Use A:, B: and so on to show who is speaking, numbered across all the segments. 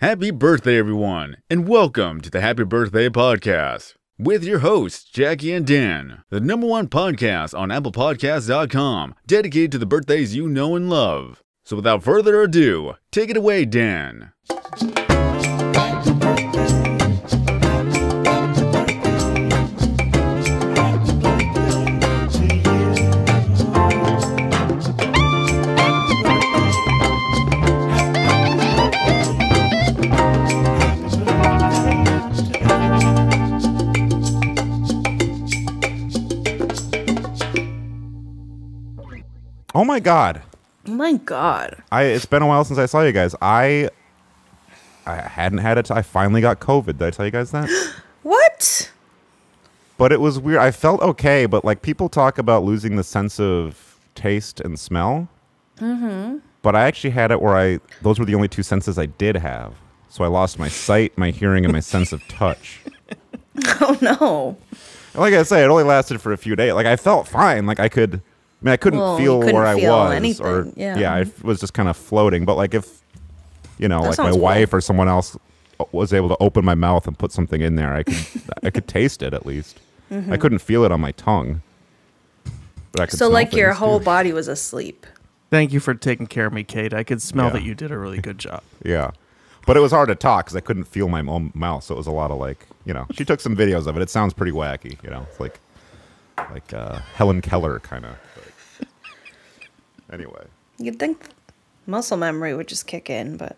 A: Happy birthday, everyone, and welcome to the Happy Birthday Podcast with your hosts, Jackie and Dan, the number one podcast on ApplePodcasts.com dedicated to the birthdays you know and love. So, without further ado, take it away, Dan.
B: Oh my god.
C: Oh my god.
B: I it's been a while since I saw you guys. I I hadn't had it. I finally got COVID. Did I tell you guys that?
C: What?
B: But it was weird. I felt okay, but like people talk about losing the sense of taste and smell. Mm-hmm. But I actually had it where I those were the only two senses I did have. So I lost my sight, my hearing, and my sense of touch.
C: Oh no.
B: And Like I say, it only lasted for a few days. Like I felt fine. Like I could, I mean, I couldn't
C: Well, you
B: feel
C: couldn't
B: where
C: feel
B: I was, or
C: anything, yeah.
B: I f- was just kind of floating. But like if, you know, like my
C: sounds cool.
B: wife or someone else was able to open my mouth and put something in there, I could, I could taste it at least. I couldn't feel it on my tongue. But I could
C: Mm-hmm. So
B: smell
C: like your
B: things, too.
C: whole body was asleep.
D: Thank you for taking care of me, Kate. I could smell
B: Yeah.
D: that you did a really good job.
B: Yeah. But it was hard to talk because I couldn't feel my own mouth. So it was a lot of like, you know, she took some videos of it. It sounds pretty wacky, you know, it's like, like uh, Helen Keller kind of. Anyway.
C: You'd think muscle memory would just kick in, but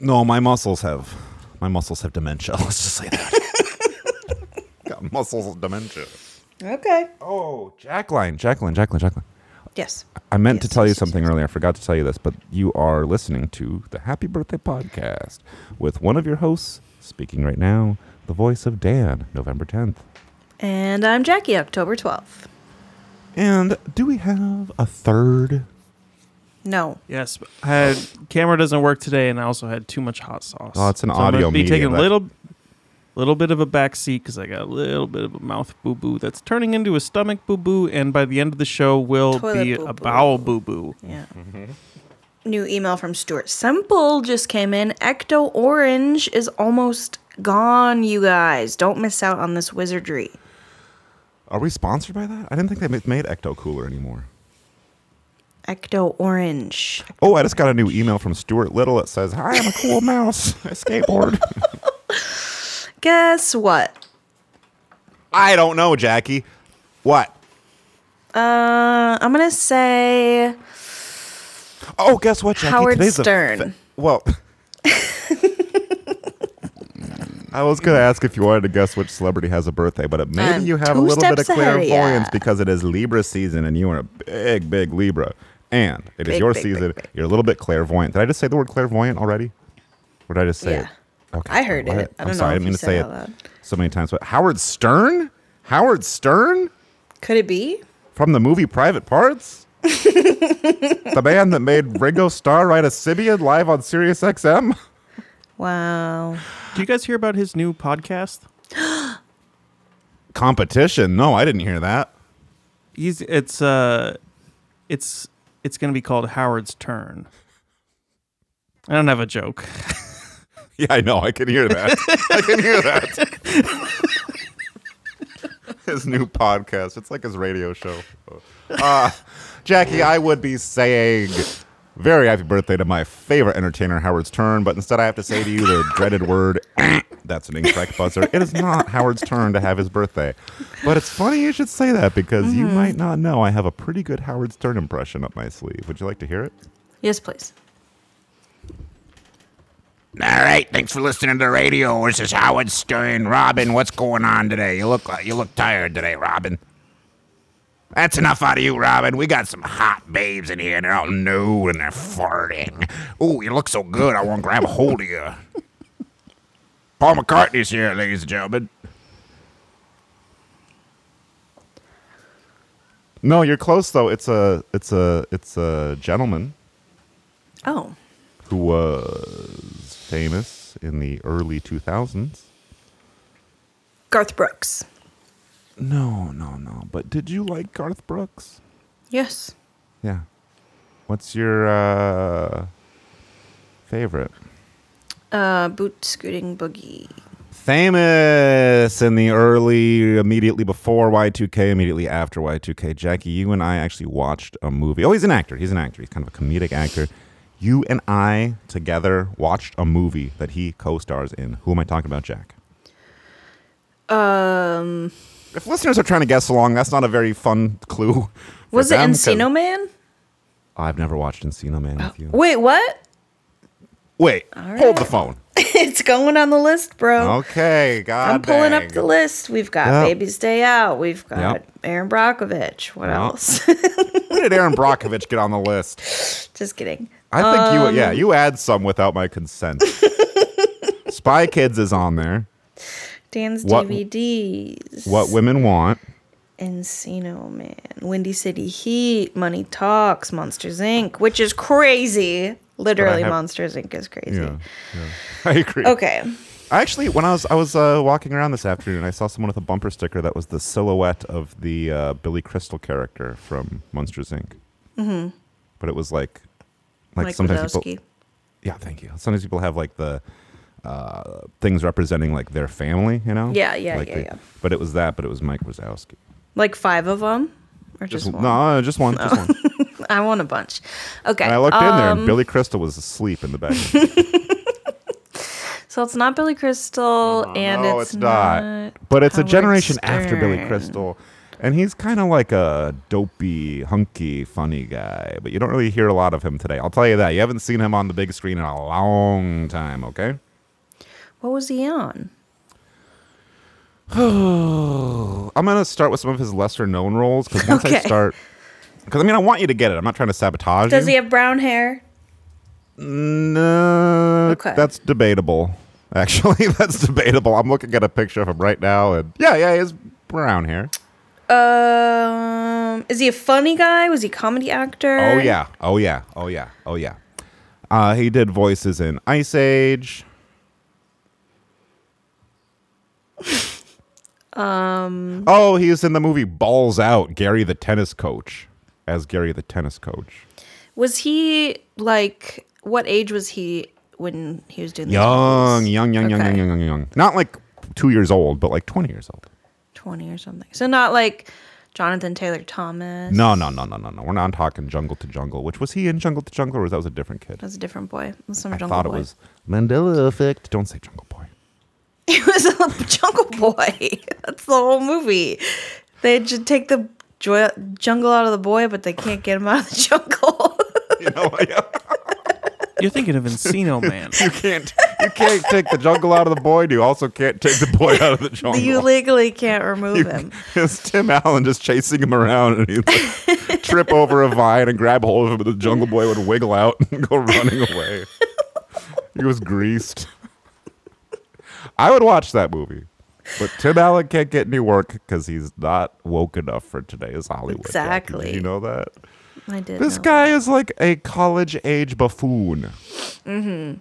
B: No, my muscles have, my muscles have dementia. Let's just say that. Got muscles of dementia.
C: okay.
B: Oh, Jacqueline, Jacqueline, Jacqueline, Jacqueline.
C: Yes.
B: I meant to
C: Yes,
B: tell you
C: yes, yes,
B: something earlier. I forgot to tell you this, but you are listening to the Happy Birthday Podcast with one of your hosts speaking right now, the voice of Dan, November 10th.
C: And I'm Jackie, October 12th.
B: And do we have a third?
C: No.
D: Yes, but I had, camera doesn't work today, and I also had too much hot sauce.
B: Oh, it's an
D: I'm gonna
B: audio
D: Be
B: medium,
D: taking a
B: that-
D: little, little bit of a back seat because I got a little bit of a mouth boo boo that's turning into a stomach boo boo, and by the end of the show will
C: Toilet
D: be
C: boo-boo.
D: a bowel boo boo.
C: Yeah.
B: Mm-hmm.
C: New email from Stuart Semple just came in. Ecto Orange is almost gone, you guys. Don't miss out on this wizardry.
B: Are we sponsored by that? I didn't think they ma- made Ecto Cooler anymore.
C: Ecto Orange.
B: Oh, I just got a new email from Stuart Little that says, Hi, I'm a cool mouse. I skateboard.
C: Guess what?
B: I don't know, Jackie. What?
C: Uh, I'm gonna say
B: Oh, guess what, Jackie?
C: Howard
B: Today's a
C: Stern.
B: fe- well, I was going to ask if you wanted to guess which celebrity has a birthday, but it, maybe
C: I'm
B: you have a
C: Um, two
B: little bit of
C: steps ahead of
B: clairvoyance
C: ya.
B: because it is Libra season and you are a big, big Libra. And it is
C: Big,
B: your
C: big, big,
B: season.
C: big.
B: You're a little bit clairvoyant. Did I just say the word clairvoyant already? Or did I just say
C: Yeah.
B: it? Okay.
C: I heard
B: what?
C: it. I
B: I'm
C: don't know
B: sorry. I
C: if
B: didn't mean to
C: you
B: say
C: said
B: it
C: it out loud.
B: so many times. But Howard Stern? Howard Stern?
C: Could it be?
B: From the movie Private Parts? the man that made Ringo Starr write a Sibian live on Sirius XM?
C: Wow.
D: Do you guys hear about his new podcast?
B: Competition? No, I didn't hear that.
D: He's it's uh, it's it's gonna be called Howard's Turn. I don't have a joke.
B: Yeah, I know. I can hear that. I can hear that. his new podcast. It's like his radio show. Uh, Jackie, I would be saying very happy birthday to my favorite entertainer, Howard Stern, but instead I have to say to you the dreaded word. That's an incorrect buzzer. It is not Howard's turn to have his birthday. But it's funny you should say that because you might not know I have a pretty good Howard Stern impression up my sleeve. Would you like to hear it?
C: Yes, please.
E: All right, thanks for listening to the radio. This is Howard Stern. Robin, what's going on today? You look like you look tired today, Robin. That's enough out of you, Robin. We got some hot babes in here, and they're all new and they're farting. Ooh, you look so good. I want to grab a hold of you. Paul McCartney's here, ladies and gentlemen.
B: No, you're close though. It's a it's a it's a gentleman.
C: Oh,
B: who was famous in the early 2000s.
C: Garth Brooks.
B: No, no, no. But did you like Garth Brooks?
C: Yes.
B: Yeah. What's your uh, favorite?
C: Uh, boot scooting boogie.
B: Famous in the early, immediately before Y2K, immediately after Y2K. Jackie, you and I actually watched a movie. Oh, he's an actor. He's an actor. He's kind of a comedic actor. You and I together watched a movie that he co stars in. Who am I talking about, Jack?
C: Um,
B: If listeners are trying to guess along, that's not a very fun clue. for
C: was it
B: them, 'cause-
C: Encino Man? Oh.
B: I've never watched Encino Man with you.
C: Wait, what?
B: Wait, hold the phone.
C: it's going on the list, bro.
B: Okay, Oh, God
C: Oh. I'm pulling up
B: dang.
C: the list. We've got
B: Yep.
C: Baby's Day Out. We've got
B: Yep.
C: Aaron Brockovich. What
B: Yep.
C: else?
B: When did Aaron Brockovich get on the list?
C: Just kidding.
B: I think you
C: Um,
B: yeah, you add some without my consent. Spy Kids is on there.
C: Dan's
B: What-
C: DVDs.
B: What women want.
C: Encino Man, Windy City Heat, Money Talks, Monsters Inc., which is crazy. Literally,
B: have-
C: Monsters Inc. is crazy.
B: Yeah. yeah. I agree.
C: Okay.
B: I actually when I was I was uh, walking around this afternoon, I saw someone with a bumper sticker that was the silhouette of the uh, Billy Crystal character from Monsters Inc. Mm-hmm. But it was like like
C: Mike
B: sometimes people
C: Wazowski.
B: Yeah, thank you. Sometimes people have like the uh, things representing like their family, you know?
C: Yeah, yeah,
B: Like
C: yeah,
B: they-
C: yeah.
B: But it was that, but it was Mike Wazowski.
C: Like five of them? Or just,
B: Just,
C: one?
B: no, just one, just one.
C: I want a bunch. Okay.
B: And I looked in there,
C: um,
B: and Billy Crystal was asleep in the back.
C: So it's not Billy Crystal, and
B: no,
C: it's,
B: it's not. but it's a
C: Howard
B: generation after Billy
C: Stern.
B: Crystal, and he's kind of like a dopey, hunky, funny guy. But you don't really hear a lot of him today. I'll tell you that. You haven't seen him on the big screen in a long time. Okay.
C: What was he on?
B: I'm gonna start with some of his lesser known roles because once I
C: Oh. Okay.
B: start, because I mean I want you to get it. I'm not trying to sabotage
C: Does
B: you.
C: he have brown hair?
B: No,
C: Okay.
B: that's debatable. Actually, that's debatable. I'm looking at a picture of him right now, and yeah, yeah, he has brown hair.
C: Um, is he a funny guy? Was he a comedy actor?
B: Oh yeah, oh yeah, oh yeah, oh yeah. Uh, he did voices in Ice Age. um. Oh, he's in the movie Balls Out. Gary the tennis coach, as Gary the tennis coach.
C: Was he like what age was he when he was doing these
B: Young,
C: movies?
B: young, young, young, young,
C: Okay.
B: young, young, young. Not like two years old, but like twenty years old.
C: twenty or something? So not like Jonathan Taylor Thomas.
B: No, no, no, no, no, no. We're not talking Jungle to Jungle. Which was he in Jungle to Jungle, or was that was a different kid?
C: that's a different boy. That's some
B: I
C: Jungle
B: thought
C: Boy.
B: it was Mandela Effect. Don't say Jungle Boy.
C: It was a Jungle Boy. That's the whole movie. They should take the joy- jungle out of the boy, but they can't get him out of the jungle.
B: You know,
D: You're thinking of Encino Man.
B: you can't you can't take the jungle out of the boy. and You also can't take the boy out of the jungle.
C: you legally can't remove
B: You-
C: him.
B: It's Tim Allen just chasing him around, and he'd like, trip over a vine and grab hold of him. But the Jungle Boy would wiggle out and go running away. he was greased. I would watch that movie, but Tim Allen can't get any work because he's not woke enough for today's Hollywood. Jackie.
C: Exactly.
B: Did you know that
C: I did.
B: this
C: know.
B: guy is like a college age buffoon. Mm-hmm.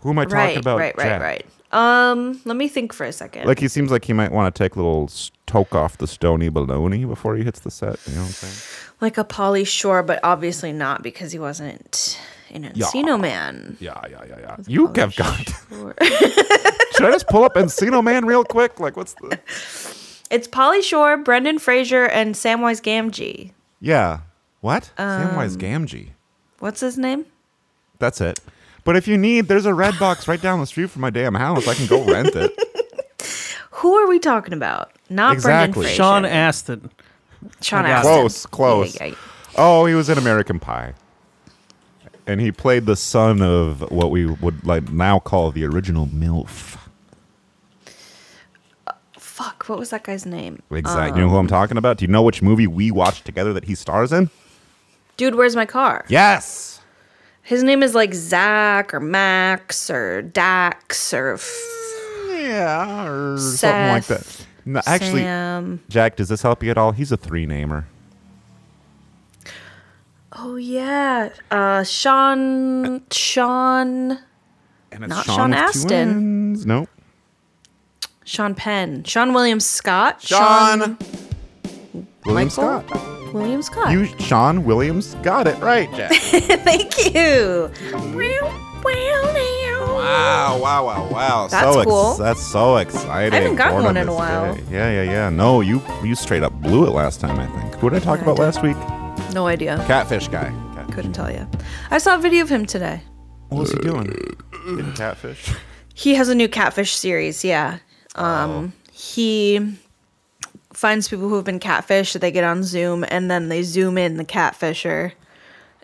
B: Who am I talking
C: Right,
B: about?
C: right, right,
B: Jack?
C: right. Um, let me think for a second.
B: Like he seems like he might want to take a little stoke off the stony baloney before he hits the set. You know what I'm saying?
C: like a Polly Shore, but obviously not because he wasn't an Encino Man.
B: Yeah, yeah, yeah, yeah. You have got.
C: Or-
B: Should I just pull up Encino Man real quick? Like, what's the?
C: it's Polly Shore, Brendan Fraser, and Samwise Gamgee.
B: Yeah. What?
C: Um,
B: Samwise Gamgee.
C: What's his name?
B: That's it. But if you need, there's a red box right down the street from my damn house. I can go rent it.
C: Who are we talking about? Not
B: Exactly.
C: Brendan Fraser.
D: Sean Astin.
C: Sean
D: I got it.
C: Astin.
B: Close, close.
C: Yeah, yeah, yeah.
B: Oh, he was in American Pie. And he played the son of what we would like now call the original MILF.
C: Fuck, what was that guy's name?
B: Exactly. you know who I'm talking about? Do you know which movie we watched together that he stars in?
C: Dude, where's my car?
B: Yes.
C: His name is like Zach or Max or Dax or f-
B: Yeah, or something like that.
C: Seth,
B: No, actually,
C: Sam.
B: Jack, does this help you at all? He's a three namer.
C: Oh yeah, uh, Sean. Sean.
B: And it's
C: Not Sean
B: with two
C: Astin.
B: N's. Nope.
C: Sean Penn. Sean William Scott.
B: William
C: Michael?
B: Scott.
C: William Scott.
B: You, Sean Williams, got it right, Jack.
C: Thank you.
B: Wow,
C: Wow.
B: wow, wow, wow.
C: That's
B: so ex-
C: cool.
B: That's so exciting.
C: I haven't gotten
B: Born on
C: one in a
B: this
C: while.
B: day. Yeah, yeah, yeah. No, you you straight up blew it last time, I think. What did I talk
C: Yeah, I
B: about
C: did.
B: last week?
C: No idea.
B: Catfish guy. Catfish.
C: Couldn't tell you. I saw a video of him today.
B: What was he doing? Getting catfish?
C: He has a new catfish series, yeah. Um he finds people who have been catfished, they get on Zoom and then they zoom in the catfisher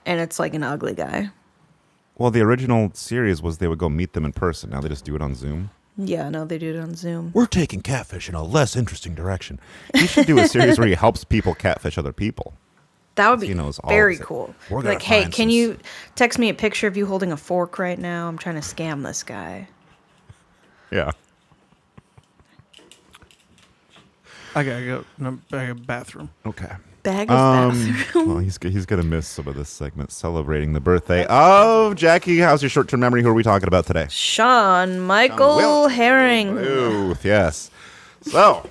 C: and it's like an ugly guy.
B: Well, the original series was they would go meet them in person. Now they just do it on Zoom.
C: Yeah, no, they do it on Zoom.
B: We're taking catfish in a less interesting direction. You should do a series where he helps people catfish other people.
C: That would be
B: He knows all
C: very
B: of it.
C: cool.
B: We're gonna
C: Like, hey,
B: find
C: can
B: some
C: you text me a picture of you holding a fork right now? I'm trying to scam this guy.
B: Yeah.
D: I gotta go. No, I got a bathroom.
B: Okay.
C: Bag of
B: Um,
C: bathroom.
B: well, he's he's gonna miss some of this segment celebrating the birthday of Jackie. How's your short-term memory? Who are we talking about today?
C: Sean Michael
B: Wilson.
C: Herring.
B: Ooh, yes. So,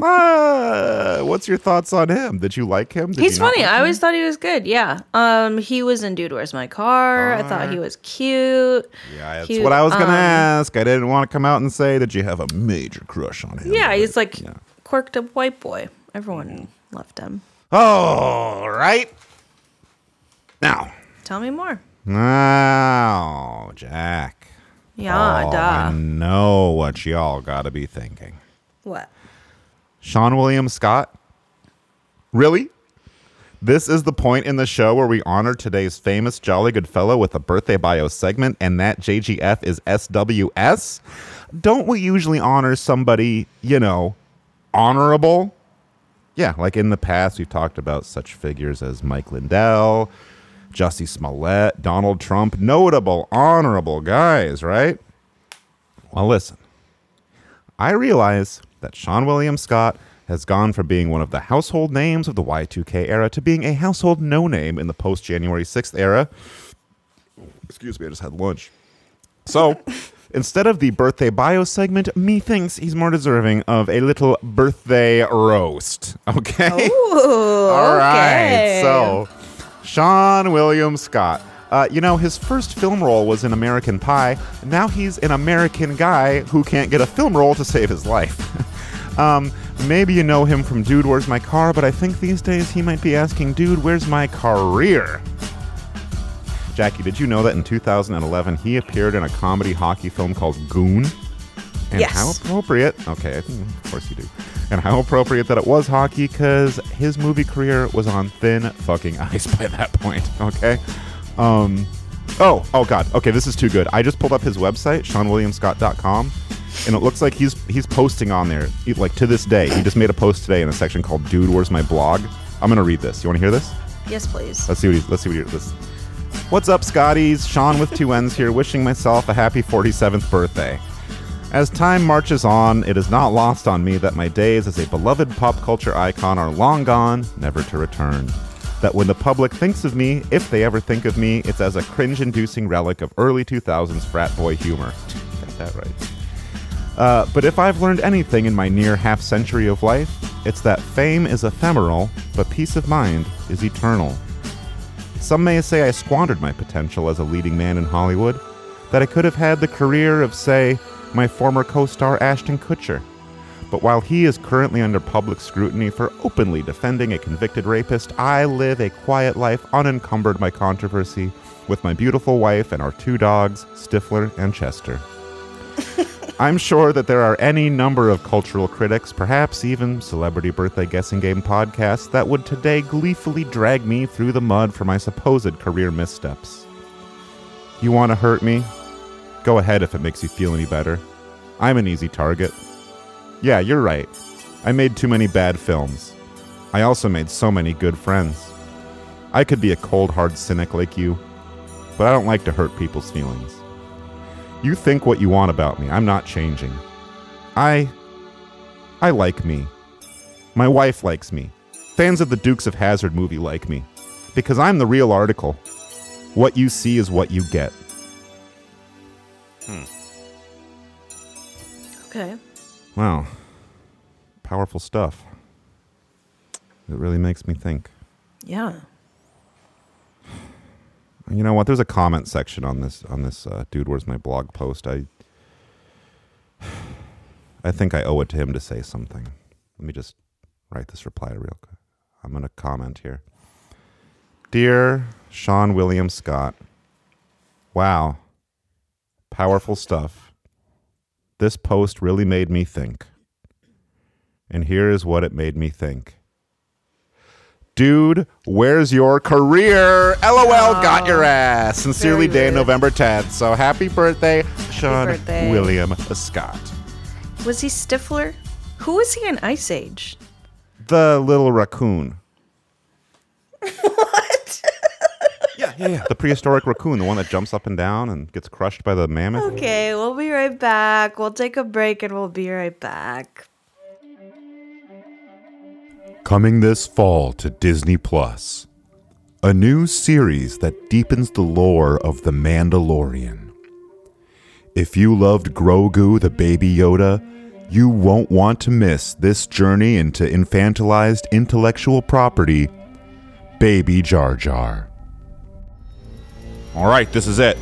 B: uh, what's your thoughts on him? Did you like him? Did
C: He's
B: you not
C: funny.
B: like
C: I always thought he was good. Yeah. Um, he was in Dude Where's My Car. I thought he was cute.
B: Oh. Yeah, that's
C: He-
B: what I was gonna
C: um,
B: ask. I didn't want to come out and say that you have a major crush on him.
C: Yeah,
B: but-
C: he's like
B: yeah. Mm-hmm.
C: quirked up white boy. Everyone loved him.
B: All right. Now,
C: Tell me more.
B: now, Jack.
C: Yeah,
B: oh, I
C: duh.
B: know what y'all gotta be thinking.
C: What?
B: Sean William Scott? Really? This is the point in the show where we honor today's famous Jolly Good Fellow with a birthday bio segment, and that JGF is SWS. Don't we usually honor somebody, you know, honorable? Yeah, like in the past, we've talked about such figures as Mike Lindell, Jussie Smollett, Donald Trump, notable, honorable guys, right? Well, listen. I realize that Sean William Scott has gone from being one of the household names of the Y2K era to being a household no name in the post January 6th era. Excuse me, I just had lunch. So, instead of the birthday bio segment, methinks he's more deserving of a little birthday roast. Okay?
C: Ooh,
B: All right.
C: okay.
B: So, Sean William Scott. Uh, you know, his first film role was in American Pie. Now he's an American guy who can't get a film role to save his life. um, maybe you know him from Dude, Where's My Car? But I think these days he might be asking, Dude, Where's My Career? Jackie, did you know that in 2011 he appeared in a comedy hockey film called Goon? And
C: Yes.
B: how appropriate. Okay, I think- of course you do. And how appropriate that it was hockey because his movie career was on thin fucking ice by that point. Okay. Um, oh, oh God. Okay, this is too good. I just pulled up his website, SeanWilliamScott.com, and it looks like he's he's posting on there he- like to this day. He just made a post today in a section called "Dude, Where's My Blog." I'm gonna read this. You want to hear this?
C: Yes, please.
B: Let's see what he's, let's see what he, this. What's up, Scotties? Sean with two N's here, wishing myself a happy 47th birthday. As time marches on, it is not lost on me that my days as a beloved pop culture icon are long gone, never to return. That when the public thinks of me, if they ever think of me, it's as a cringe inducing relic of early 2000s frat boy humor. Got that right. Uh, but if I've learned anything in my near half century of life, it's that fame is ephemeral, but peace of mind is eternal. Some may say I squandered my potential as a leading man in Hollywood, that I could have had the career of, say, my former co star Ashton Kutcher. But while he is currently under public scrutiny for openly defending a convicted rapist, I live a quiet life unencumbered by controversy with my beautiful wife and our two dogs, Stifler and Chester. I'm sure that there are any number of cultural critics, perhaps even celebrity birthday guessing game podcasts, that would today gleefully drag me through the mud for my supposed career missteps. You want to hurt me? Go ahead if it makes you feel any better. I'm an easy target. Yeah, you're right. I made too many bad films. I also made so many good friends. I could be a cold, hard cynic like you, but I don't like to hurt people's feelings. You think what you want about me. I'm not changing. I I like me. My wife likes me. Fans of the Dukes of Hazard movie like me because I'm the real article. What you see is what you get.
C: Okay.
B: Wow. Powerful stuff. It really makes me think.
C: Yeah.
B: You know what? There's a comment section on this on this uh, dude. Where's my blog post? I I think I owe it to him to say something. Let me just write this reply real quick. I'm gonna comment here. Dear Sean William Scott, wow, powerful stuff. This post really made me think. And here is what it made me think. Dude, where's your career? LOL, got your ass. Sincerely,
C: very
B: day
C: rude.
B: November 10th. So happy birthday, Sean
C: birthday.
B: William Scott.
C: Was he Stifler? Who was he in Ice Age?
B: The little raccoon.
C: What?
B: Yeah, yeah, yeah. The prehistoric raccoon, the one that jumps up and down and gets crushed by the mammoth.
C: okay, we'll be right back. We'll take a break and we'll be right back.
B: Coming this fall to Disney Plus, a new series that deepens the lore of The Mandalorian. If you loved Grogu the Baby Yoda, you won't want to miss this journey into infantilized intellectual property, Baby Jar Jar. All right, this is it.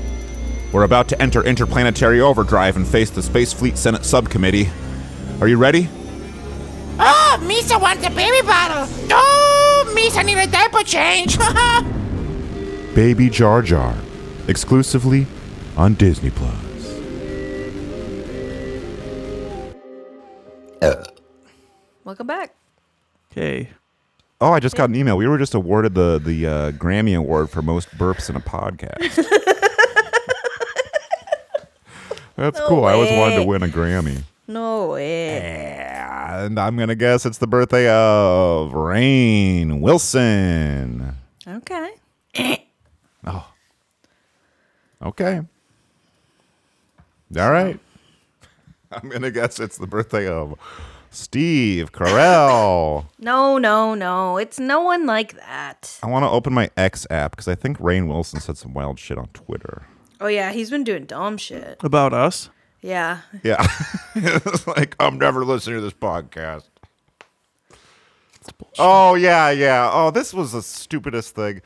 B: We're about to enter interplanetary overdrive and face the Space Fleet Senate Subcommittee. Are you ready?
F: Oh, Misa wants a baby bottle. Oh, Misa need a diaper change.
B: Baby Jar Jar, exclusively on Disney Plus.
C: Welcome back.
D: Okay.
B: Oh, I just got an email. We were just awarded the the uh, Grammy Award for most burps in a podcast. That's cool. I always wanted to win a Grammy.
C: No way.
B: And I'm gonna guess it's the birthday of Rain Wilson.
C: Okay.
B: Okay. All right. I'm gonna guess it's the birthday of Steve Carell.
C: No, no, no. It's no one like that.
B: I want to open my X app because I think Rain Wilson said some wild shit on Twitter.
C: Oh yeah, he's been doing dumb shit.
D: About us.
C: Yeah.
B: Yeah. it's like, I'm never listening to this podcast. Oh, yeah, yeah. Oh, this was the stupidest thing.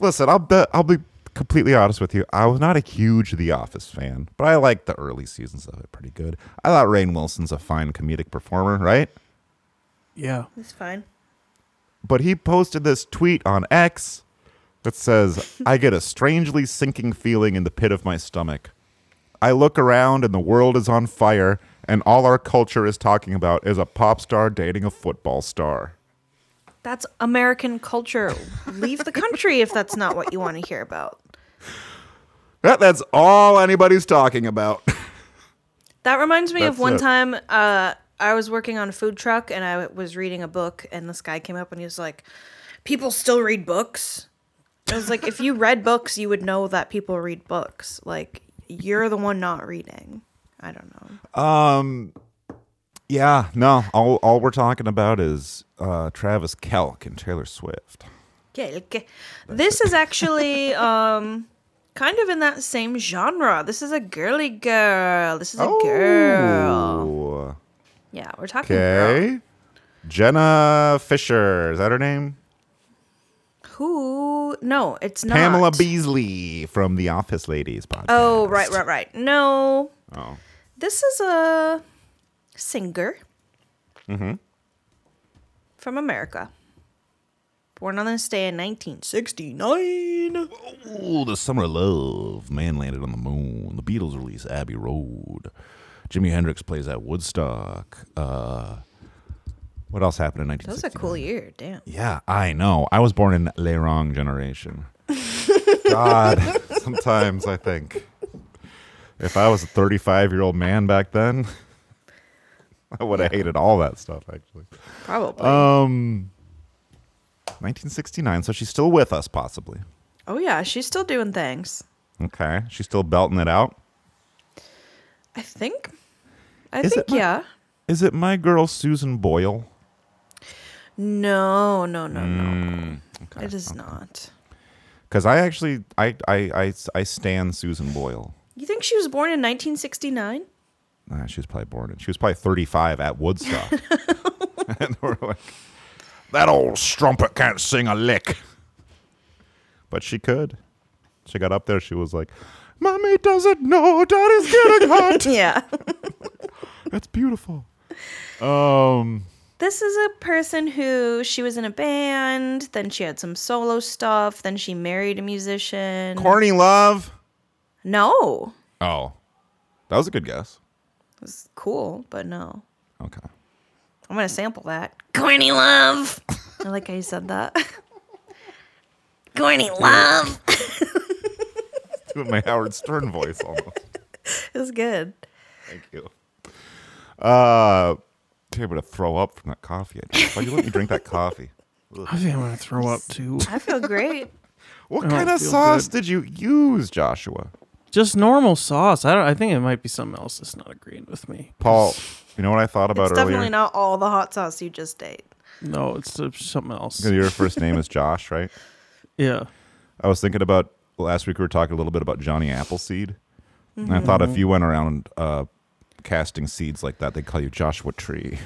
B: Listen, I'll bet I'll be completely honest with you. I was not a huge The Office fan, but I liked the early seasons of it pretty good. I thought Rain Wilson's a fine comedic performer, right?
D: Yeah.
C: It's fine.
B: but he posted this tweet on X that says, I get a strangely sinking feeling in the pit of my stomach. I look around and the world is on fire, and all our culture is talking about is a pop star dating a football star.
C: That's American culture. Leave the country if that's not what you want to hear about.
B: That- that's all anybody's talking about.
C: That reminds me of
B: That's
C: one
B: it.
C: time uh, I was working on a food truck and I was reading a book, and this guy came up and he was like, People still read books. I was like, If you read books, you would know that people read books. Like, you're the one not reading. I don't know.
B: Um, yeah, no, all, all we're talking about is uh, Travis Kelk and Taylor Swift.
C: Yeah, okay. This is actually um, kind of in that same genre. This is a girly girl. This is
B: Oh.
C: a girl.
B: Ooh.
C: Yeah, we're talking girl.
B: Okay. Jenna Fisher, is that her name?
C: Who? No, it's not.
B: Pamela Beasley from the Office Ladies podcast.
C: Oh, right, right, right. No,
B: Oh.
C: this is a singer
B: Mm-hmm.
C: from America. Born on this day in 1969.
B: Ooh, Oh, the summer of love. Man landed on the moon. The Beatles release Abbey Road. Jimi Hendrix plays at Woodstock. Uh, what else happened in
C: That was
B: 1960?
C: a cool year. Damn.
B: Yeah, I know. I was born in Le Wrong generation. God, sometimes I think if I was a 35 year old man back then, I would have hated all that stuff, actually.
C: Probably.
B: Um, 1969. So she's still with us, possibly.
C: oh, yeah. She's still doing things.
B: Okay, she's still belting it out.
C: I think. I
B: Is
C: think,
B: it my-
C: yeah.
B: Is it my girl Susan Boyle?
C: No, no, no, no.
B: Hmm,
C: It is not.
B: Because I actually, I, I, I, I stand Susan Boyle.
C: You think she was born in 1969?
B: Ah, she was probably born. in- She was probably 35 at Woodstock. and we're like,
E: That old strumpet can't sing a lick.
B: but she could. she got up there, she was like, "Mommy doesn't know Daddy's getting hot."
C: yeah.
B: That's beautiful. Um,
C: This is a person who she was in a band, then she had some solo stuff, then she married a musician.
B: corny love.
C: no.
B: Oh, that was a good guess.
C: It's cool, but no.
B: Okay.
C: I'm gonna sample that. Corny love. I like how you said that. Corny love.
B: Doing my Howard Stern voice almost.
C: It was good.
B: Thank you. Uh, I'm able to throw up from that coffee. I drank. Why you let me drink that coffee?
D: I think I'm gonna throw up too.
C: I feel great.
B: What
D: Oh, I
B: kind
D: don't
B: of
D: feel
B: sauce
D: good.
B: did you use, Joshua?
D: Just normal sauce. I don't. I think it might be something else that's not agreeing with me.
B: Paul, you know what I thought about
C: it's
B: earlier?
C: definitely not all the hot sauce you just ate.
D: No, it's uh, something else.
B: Your first name is Josh, right?
D: Yeah.
B: I was thinking about last week we were talking a little bit about Johnny Appleseed. And I thought
D: Mm-hmm.
B: if you went around uh, casting seeds like that, they'd call you Joshua Tree.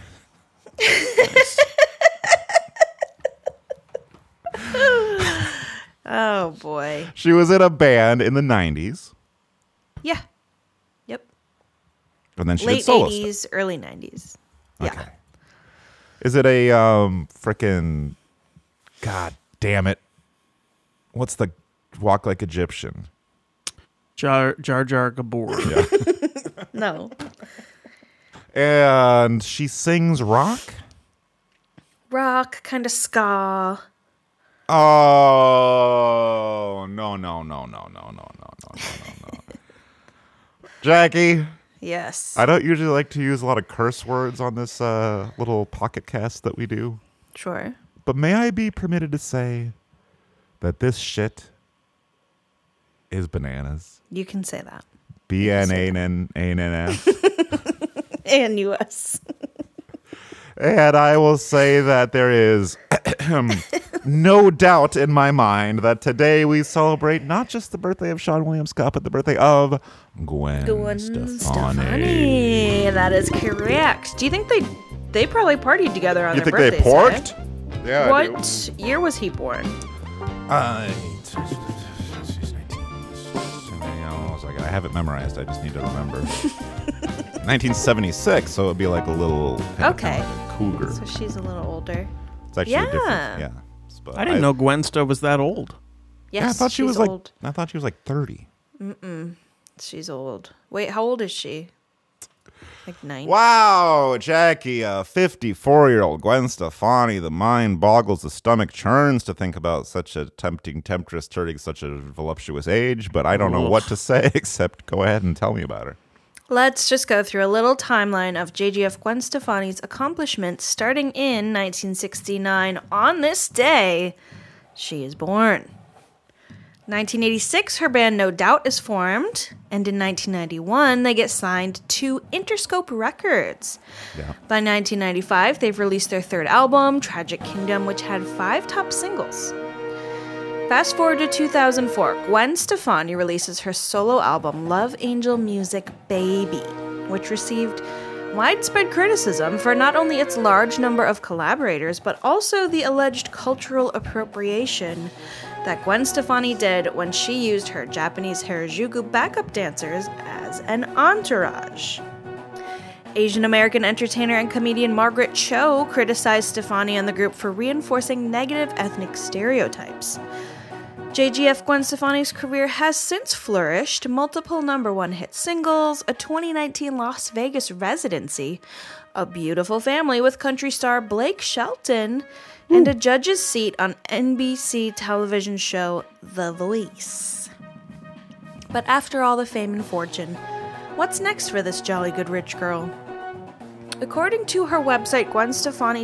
C: Oh boy.
B: She was in a band in the 90s,
C: Yeah. Yep.
B: and then she did
C: Late
B: solo stuff.
C: 80s, early 90s. Yeah.
B: Okay. Is it a um frickin' God damn it? What's the walk like Egyptian?
D: Jar Jar Jar Gabor.
C: No.
B: And she sings rock?
C: Rock, kind of ska.
B: Oh no no no no no no no no no no no. Jackie,
C: Yes.
B: I don't usually like to use a lot of curse words on this uh, little pocket cast that we do,
C: sure.
B: but may I be permitted to say that this shit is bananas.
C: You can say that.
B: B N A N N A N S.
C: And US.
B: And I will say that there is no doubt in my mind that today we celebrate not just the birthday of Sean William Scott, but the birthday of Gwen,
C: Gwen
B: Stefani.
C: Stefani. That is correct. Do you think they they probably partied together on
B: You
C: their
B: think they
C: birthdays?
B: porked?
C: right?
B: Yeah,
C: What year was he born?
B: I was like, I have it memorized. I just need to remember. 1976, so it would be like a little kind of
C: Okay.
B: cougar.
C: So she's a little older.
B: It's actually
C: Yeah.
B: different. Yeah. But
D: I didn't know Gwensta was that old.
C: Yes,
B: Yeah, I thought she
C: she's
B: was like.
C: old.
B: I thought she was like 30.
C: She's old. Wait, how old is she? Like nine.
B: Wow, Jackie, a 54 year old Gwen Stefani. The mind boggles, the stomach churns to think about such a tempting temptress turning such a voluptuous age, but I don't know what to say except go ahead and tell me about her.
C: Let's just go through a little timeline of JGF Gwen Stefani's accomplishments starting in 1969. On this day, she is born. 1986, her band No Doubt is formed, and in 1991, they get signed to Interscope Records. By 1995, they've released their third album, Tragic Kingdom, which had five top singles. Fast forward to 2004, Gwen Stefani releases her solo album, Love Angel Music Baby, which received widespread criticism for not only its large number of collaborators, but also the alleged cultural appropriation that Gwen Stefani did when she used her Japanese Harajuku backup dancers as an entourage. Asian American entertainer and comedian Margaret Cho criticized Stefani and the group for reinforcing negative ethnic stereotypes. JGF Gwen Stefani's career has since flourished, multiple number one hit singles, a 2019 Las Vegas residency, a beautiful family with country star Blake Shelton, and a judge's seat on NBC television show The Voice. But after all the fame and fortune, what's next for this jolly good rich girl? According to her website,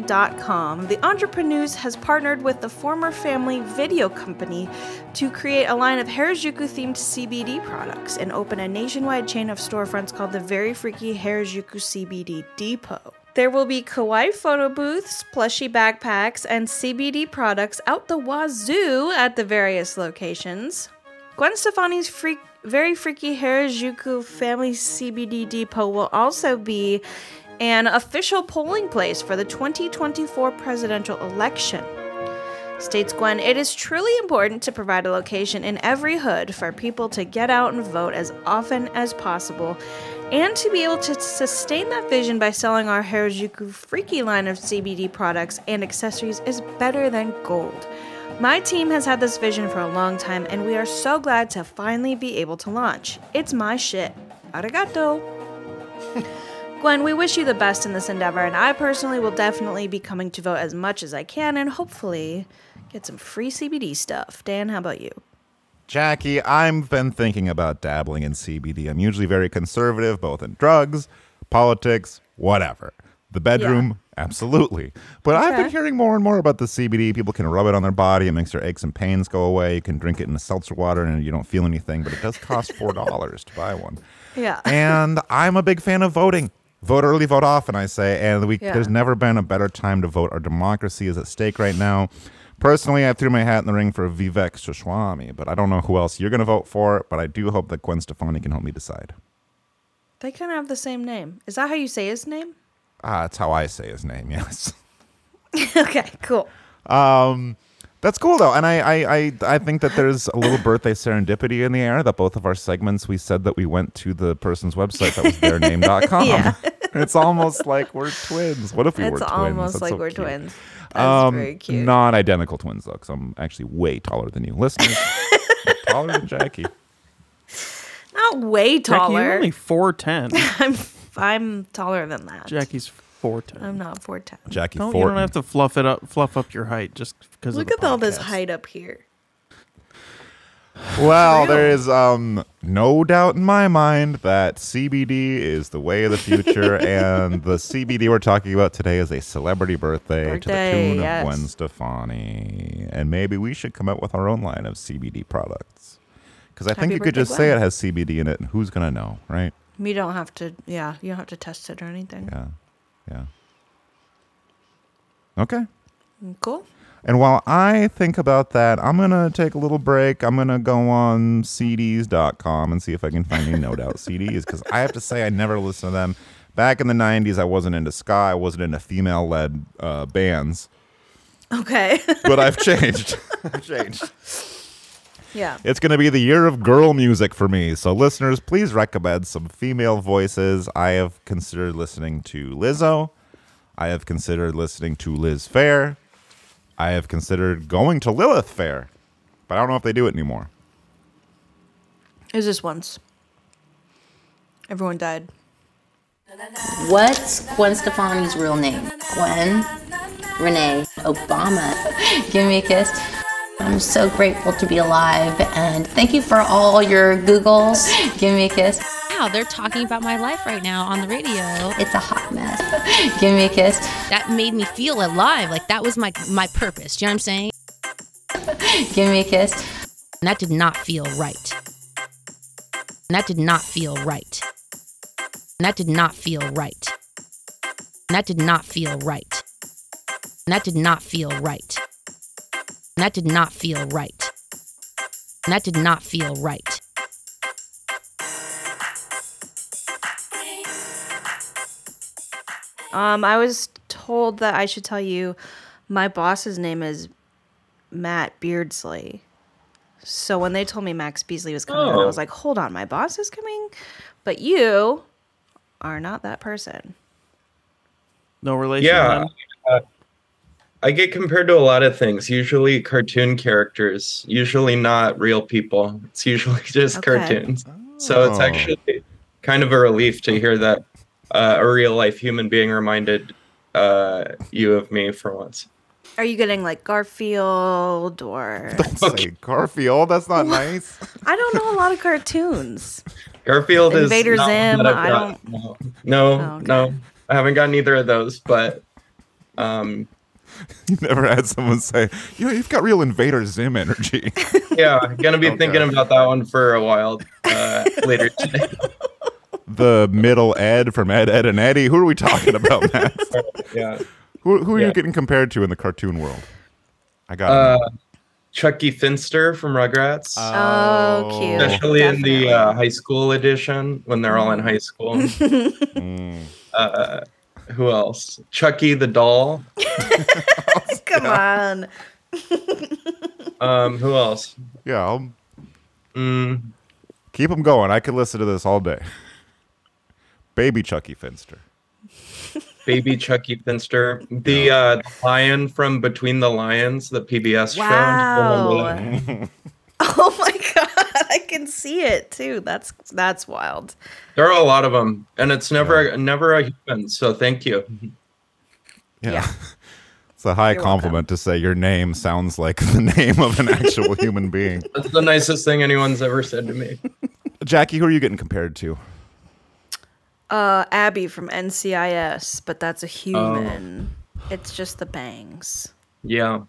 C: GwenStefani.com, the entrepreneuse has partnered with the former family video company to create a line of Harajuku themed CBD products and open a nationwide chain of storefronts called the Very Freaky Harajuku CBD Depot. There will be kawaii photo booths, plushy backpacks, and CBD products out the wazoo at the various locations. Gwen Stefani's freak, very freaky Harajuku Family CBD Depot will also be an official polling place for the 2024 presidential election. States Gwen, it is truly important to provide a location in every hood for people to get out and vote as often as possible, and to be able to sustain that vision by selling our Harajuku Freaky line of CBD products and accessories is better than gold. My team has had this vision for a long time, and we are so glad to finally be able to launch. It's my shit. Arigato. Gwen, we wish you the best in this endeavor, and I personally will definitely be coming to vote as much as I can and hopefully get some free CBD stuff. Dan, how about you?
B: Jackie, I've been thinking about dabbling in CBD. I'm usually very conservative, both in drugs, politics, whatever. The bedroom, absolutely. But I've been
C: Okay.
B: hearing more and more about the CBD. People can rub it on their body. It makes their aches and pains go away. You can drink it in a seltzer water and you don't feel anything, but it does cost $4 to buy one.
C: Yeah.
B: And I'm a big fan of voting. Vote early, vote often, I say. And we,
C: Yeah.
B: there's never been a better time to vote. Our democracy is at stake right now. Personally, I threw my hat in the ring for Vivek Shishwami, but I don't know who else you're going to vote for. But I do hope that Gwen Stefani can help me decide.
C: They kind of have the same name. Is that how you say his name?
B: Ah, that's how I say his name, yes.
C: okay, cool.
B: Um, That's cool though, and I, I I I think that there's a little birthday serendipity in the air that both of our segments we said that we went to the person's website that was their name.com.
C: Yeah.
B: It's almost like we're twins. What if we were
C: it's
B: twins?
C: almost
B: That's
C: like
B: so
C: we're
B: cute.
C: twins. That's
B: Um,
C: very cute.
B: Not identical twins though, because I'm actually way taller than you. Listeners, I'm taller than Jackie.
C: Not way
D: Jackie,
C: taller.
D: you're only four ten.
C: I'm I'm taller than that.
D: Jackie's four ten.
C: I'm not 4'10.
B: Jackie
D: Don't you
B: Fortin.
D: don't have to fluff it up, fluff up your height just because.
C: Look at all this height up here.
B: Well, there is um, no doubt in my mind that CBD is the way of the future, and the CBD we're talking about today is a celebrity birthday, to the
C: Birthday,
B: tune
C: yes.
B: of Gwen Stefani. And maybe we should come up with our own line of CBD products. Because I think
C: Happy
B: you could
C: birthday,
B: just say
C: Gwen.
B: it has CBD in it, and who's going to know, right?
C: You don't have to, yeah, you don't have to test it or anything.
B: Yeah. Yeah. Okay.
C: Mm, Cool.
B: And while I think about that, I'm going to take a little break. I'm going to go on CDs.com and see if I can find any No Doubt CDs because I have to say, I never listened to them. Back in the 90s, I wasn't into ska, I wasn't into female led uh, bands,
C: Okay.
B: but I've changed. I've changed.
C: yeah.
B: It's going to be the year of girl music for me. So, listeners, please recommend some female voices. I have considered listening to Lizzo. I have considered listening to Liz Fair. I have considered going to Lilith Fair, but I don't know if they do it anymore.
C: It was just once. Everyone died.
G: What's Gwen Stefani's real name? Gwen Renee Obama. Give me a kiss. I'm so grateful to be alive and thank you for all your Googles. Give me a kiss.
H: Wow, they're talking about my life right now on the radio.
G: It's a hot mess. Give me a kiss.
H: That made me feel alive. Like that was my my purpose. Do you know what I'm saying?
G: Give me a kiss.
H: And that did not feel right. And that did not feel right. And that did not feel right. And that did not feel right. And that did not feel right. And that did not feel right. And that did not feel right.
C: Um, I was told that I should tell you my boss's name is Matt Beardsley. So when they told me Max Beasley was coming, on, I
I: Oh.
C: was like, hold on, my boss is coming? But you are not that person.
D: No relation.
I: Yeah. Uh,
D: then?
I: I get compared to a lot of things, usually cartoon characters, usually not real people. It's usually just
C: Okay.
I: cartoons. So it's
B: Oh.
I: actually kind of a relief to hear that uh, a real life human being reminded uh, you of me for once.
C: Are you getting like Garfield or
B: Don't say Garfield. That's not nice.
C: I don't know a lot of cartoons.
I: Garfield is
C: Invader
I: not
C: Zim,
I: what I've
C: I
I: got. No, no,
C: Oh, okay.
I: no. I haven't gotten either of those, but um,
B: You never had someone say, "You know, you've got real Invader Zim energy."
I: yeah, gonna be
B: Okay.
I: thinking about that one for a while uh, later today.
B: the middle Ed from Ed, Ed, and Eddie. Who are we talking about, Matt?
I: Yeah.
B: Who, who are
I: Yeah.
B: you getting compared to in the cartoon world? I got.
I: Uh, Chucky Finster from Rugrats.
C: Oh, cute.
I: especially in
C: Definitely.
I: the uh, high school edition when they're all in high school. uh, who else? Chucky the doll.
C: Come on.
I: Um, who else?
B: Yeah, I'll
I: Mm,
B: keep them going. I could listen to this all day. Baby Chucky Finster.
I: baby Chucky Finster, the uh, lion from Between the Lions, the PBS show.
C: Wow. Oh my god, I can see it too. That's that's wild.
I: There are a lot of them, and it's never never a human. So thank you.
B: Yeah. It's a high
C: You're welcome.
B: compliment to say your name sounds like the name of an actual human being.
I: That's the nicest thing anyone's ever said to me.
B: Jackie, who are you getting compared to?
C: Uh, Abby from NCIS, but that's a human.
B: Oh.
C: It's just the bangs.
I: Yeah,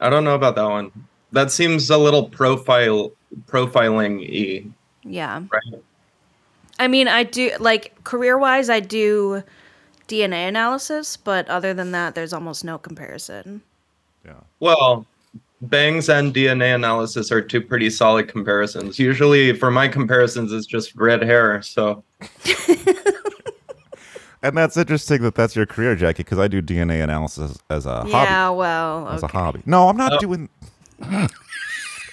I: I don't know about that one. That seems a little profile profiling e.
C: Yeah.
I: Right.
C: I mean, I do like career wise, I do DNA analysis, but other than that, there's almost no comparison.
I: Well, bangs and DNA analysis are two pretty solid comparisons. Usually, for my comparisons, it's just red hair. So
B: And that's interesting that that's your career, Jackie, because I do DNA analysis as a
C: Yeah,
B: hobby.
C: well,
B: As
C: okay.
B: a hobby. No, I'm not
I: Oh.
B: doing.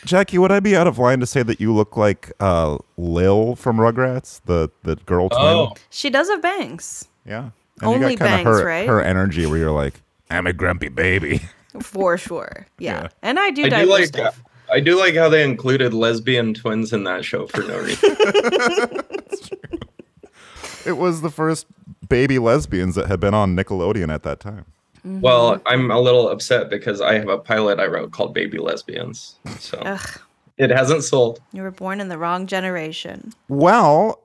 B: Jackie, would I be out of line to say that you look like uh, Lil from Rugrats, the the girl twin?
I: oh.
C: she does have bangs
B: yeah.
C: Only
B: you got kind of
C: bangs,
B: her,
C: right?
B: her energy where you're like, I'm a grumpy baby.
C: for sure. Yeah, and I do.
I: I do
C: diverse
I: like uh,
C: stuff.
I: I do like how they included lesbian twins in that show for no reason.
B: It was the first baby lesbians that had been on Nickelodeon at that time.
I: well, I'm a little upset because I have a pilot I wrote called Baby Lesbians. So
C: Ugh,
I: it hasn't sold.
C: you were born in the wrong generation.
B: Well,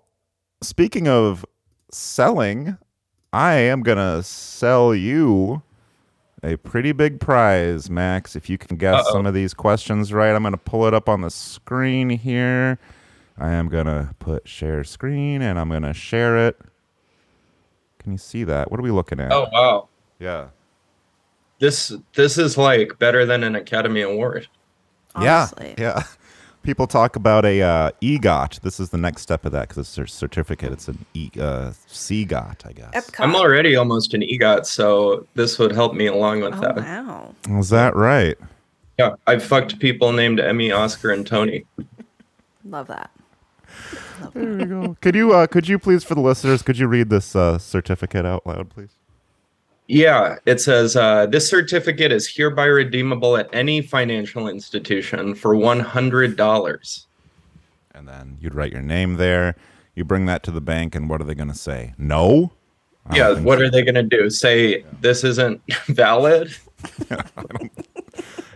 B: speaking of selling, I am going to sell you a pretty big prize, Max. If you can guess
I: Uh-oh.
B: some of these questions right, I'm going to pull it up on the screen here. I am going to put share screen and I'm going to share it. Can you see that? What are we looking at?
I: Oh wow.
B: yeah.
I: This this is like better than an Academy Award.
C: Honestly.
B: Yeah, yeah. People talk about a uh, EGOT. This is the next step of that because it's a certificate. It's an e, uh, CGOT, I guess.
C: Epcot.
I: I'm already almost an EGOT, so this would help me along with
C: Oh
I: that.
C: wow!
B: Is that right?
I: Yeah, I've fucked people named Emmy, Oscar, and Tony.
C: Love that.
B: There we go. could you uh, could you please for the listeners could you read this uh, certificate out loud, please?
I: Yeah, it says uh, this certificate is hereby redeemable at any financial institution for one hundred dollars.
B: And then you'd write your name there. You bring that to the bank, and what are they going to say? No. I don't
I: Yeah,
B: think
I: what
B: so.
I: are they going to do? Say this isn't valid?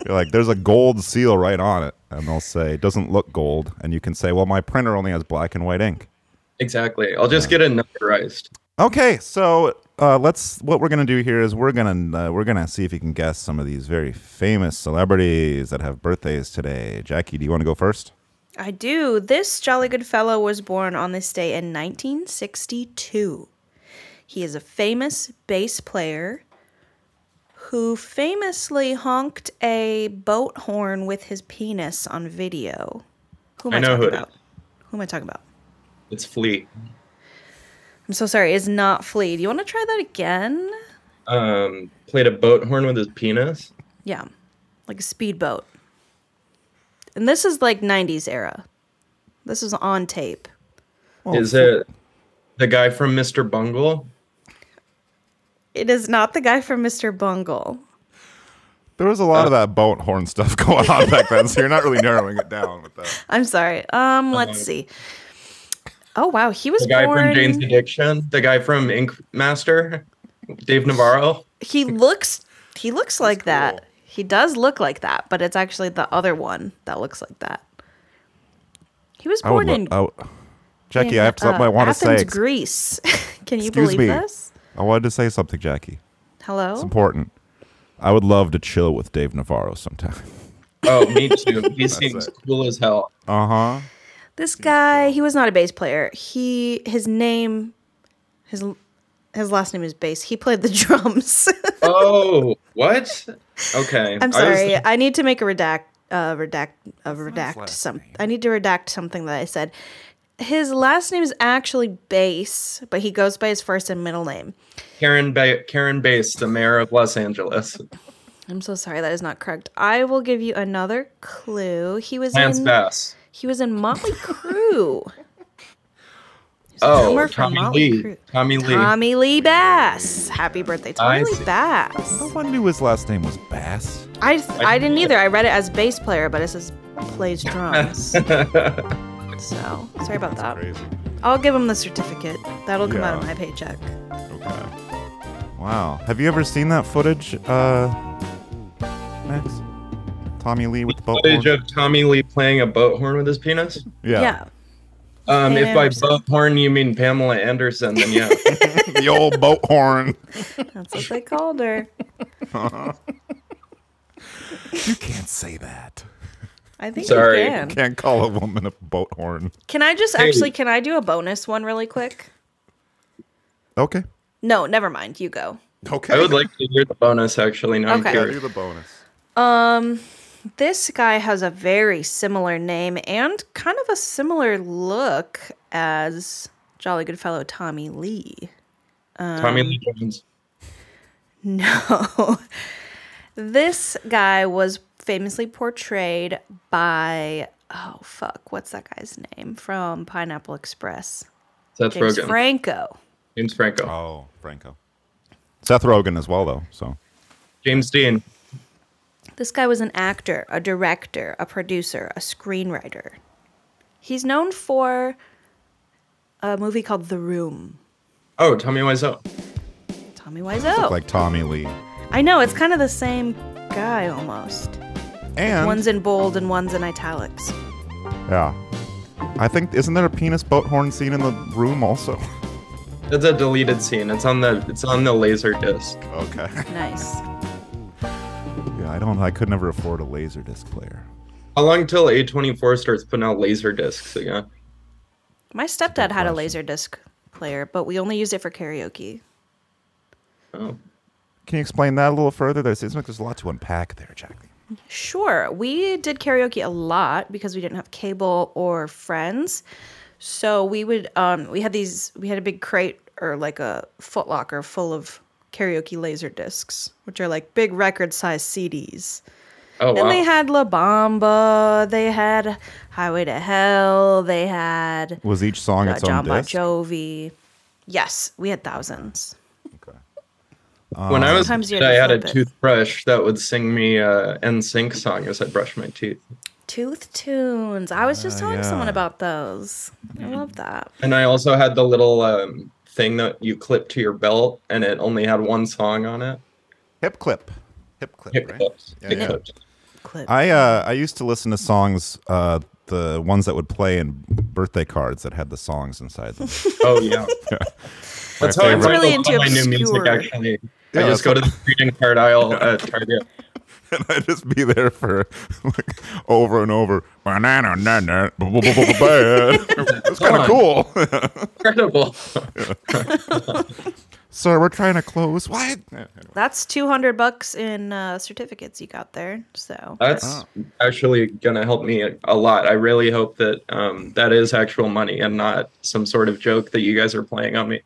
B: You're like, there's a gold seal right on it, and they'll say it doesn't look gold, and you can say, well, my printer only has black and white ink.
I: Exactly. I'll just get it notarized.
B: Okay, so uh, let's. What we're gonna do here is we're gonna uh, we're gonna see if you can guess some of these very famous celebrities that have birthdays today. Jackie, do you want to go first?
C: I do. This jolly good fellow was born on this day in 1962. He is a famous bass player who famously honked a boat horn with his penis on video. Who am
I: I
C: I,
I: know
C: talking
I: who it
C: about? Who am I talking about?
I: It's Flea.
C: I'm so sorry. It's not Flea. Do you want to try that again?
I: Um, played a boat horn with his penis.
C: Yeah, like a speedboat. And this is like 90s era. This is on tape.
I: is it the guy from Mr. Bungle?
C: It is not the guy from Mr. Bungle.
B: There was a lot of that boat horn stuff going on back then, so you're not really narrowing it down with that.
C: I'm sorry. Um, let's see. Oh wow, he was
I: The guy
C: born.
I: from Jane's Addiction? The guy from Ink Master? Dave Navarro?
C: he looks. He looks like that. He does look like that, but it's actually the other one that looks like that. He was
B: I would.
C: born in.
B: lo- I w- Jackie,
C: in,
B: I have to.
C: uh,
B: I want to say.
C: Athens,
B: ex-
C: Greece. Can you
B: Excuse
C: believe
B: me.
C: this?
B: I wanted to say something, Jackie. It's
C: Hello.
B: important. I would love to chill with Dave Navarro sometime.
I: Oh, me too. He seems cool as hell.
B: Uh huh.
C: This guy. He was not a bass player. He his name, his l- his last name is bass. He played the drums.
I: Oh, what? Okay.
C: I'm
I: I was-
C: sorry. I, need to make a redact, uh, redact, a redact. Some. I need to redact something that I said. His last name is actually Bass, but he goes by his first and middle name.
I: Karen, ba- Karen Bass, the mayor of Los Angeles.
C: I'm so sorry. That is not correct. I will give you another clue. He was
I: Lance
C: in.
I: Bass.
C: He was in Motley Crue. He's a
I: Oh,
C: drummer for
I: Tommy
C: Motley
I: Lee.
C: Crue.
I: Tommy Lee.
C: Tommy Lee Bass. Happy birthday, Tommy
I: I
C: Lee
I: see.
B: No
C: Bass.
B: one knew his last name was Bass.
C: I, th- I didn't either. I read it as bass player, but it says plays drums. so sorry about that.
B: Crazy.
C: I'll give him the certificate. That'll come out of
B: Yeah.
C: my paycheck.
B: Okay. Wow. Have you ever seen that footage, uh, Max? Tommy Lee with the boat.
I: Footage
B: horn?
I: of Tommy Lee playing a boat horn with his penis.
B: Yeah.
I: Um, if by
C: Anderson.
I: boat horn you mean Pamela Anderson, then yeah.
B: the old boat horn.
C: that's what they called her.
B: You can't say that.
C: I think
I: Sorry.
C: you can.
B: Can't call a woman a boat horn.
C: Can I just actually? Can I do a bonus one really quick?
B: Okay.
C: No, never mind. You go.
B: Okay.
I: I would like to hear the bonus actually. Now
C: Okay.
I: I'm
B: Yeah,
I: curious.
B: do the bonus.
C: Um, this guy has a very similar name and kind of a similar look as Jolly Good Fellow Tommy Lee. Um,
I: Tommy Lee Jones.
C: No. this guy was famously portrayed by oh fuck, what's that guy's name from Pineapple Express?
I: Seth
C: James
I: Rogen.
C: Franco.
I: James Franco.
B: Oh, Franco. Seth Rogen as well, though. So
I: James Dean.
C: This guy was an actor, a director, a producer, a screenwriter. He's known for a movie called The Room.
I: Oh, Tommy Wiseau.
C: Tommy Wiseau.
B: like Tommy Lee.
C: I know it's kind of the same guy almost.
B: And
C: One's in bold and one's in italics.
B: yeah, I think isn't there a penis boat horn scene in the room also?
I: That's a deleted scene. It's on the it's on the laser disc.
B: Okay.
C: Nice.
B: Yeah, I don't. I could never afford a laser disc player.
I: How long till A24 starts putting out laser discs again?
C: My stepdad had a laserdisc player, but we only used it for karaoke.
I: Oh.
B: Can you explain that a little further? There seems like there's a lot to unpack there, Jackie.
C: Sure, we did karaoke a lot because we didn't have cable or friends. So we would um we had these we had a big crate or like a foot locker full of karaoke laser discs, which are like big record size CDs.
I: Oh wow.
C: And they had La Bamba, they had Highway to Hell, they had
B: Was each song
C: uh,
B: its
C: John
B: own
C: Bon
B: disc?
C: Jovi. Yes, we had thousands.
I: when I was a
C: Sometimes you
I: kid, I
C: had to
I: had a
C: flip it.
I: toothbrush that would sing me uh NSYNC song as I brushed my teeth.
C: Tooth tunes. I was just telling someone
B: Uh, yeah.
C: about those. I love that.
I: And I also had the little um, thing that you clip to your belt and it only had one song on it.
B: Hip clip. Hip clip.
I: Hip
B: right?
I: clips.
B: Yeah,
I: Hip
B: yeah.
I: clips.
C: Clip.
B: I uh, I used to listen to songs, uh, the ones that would play in birthday cards that had the songs inside them.
I: Oh yeah. That's how I
B: favorite.
I: find
C: Really
I: a lot
C: into
I: of my new music
C: obscure.
I: actually. uh,
B: Yeah,
I: I
B: that's-
I: just go to the greeting card aisle at Target.
B: and I'd just be there for like over and over. It's kind of cool.
I: Incredible.
B: Sir, we're trying to close. What?
C: That's 200 bucks in uh, certificates you got there. So
I: That's actually gonna help me a- a lot. I really hope that um, that is actual money and not some sort of joke that you guys are playing on me.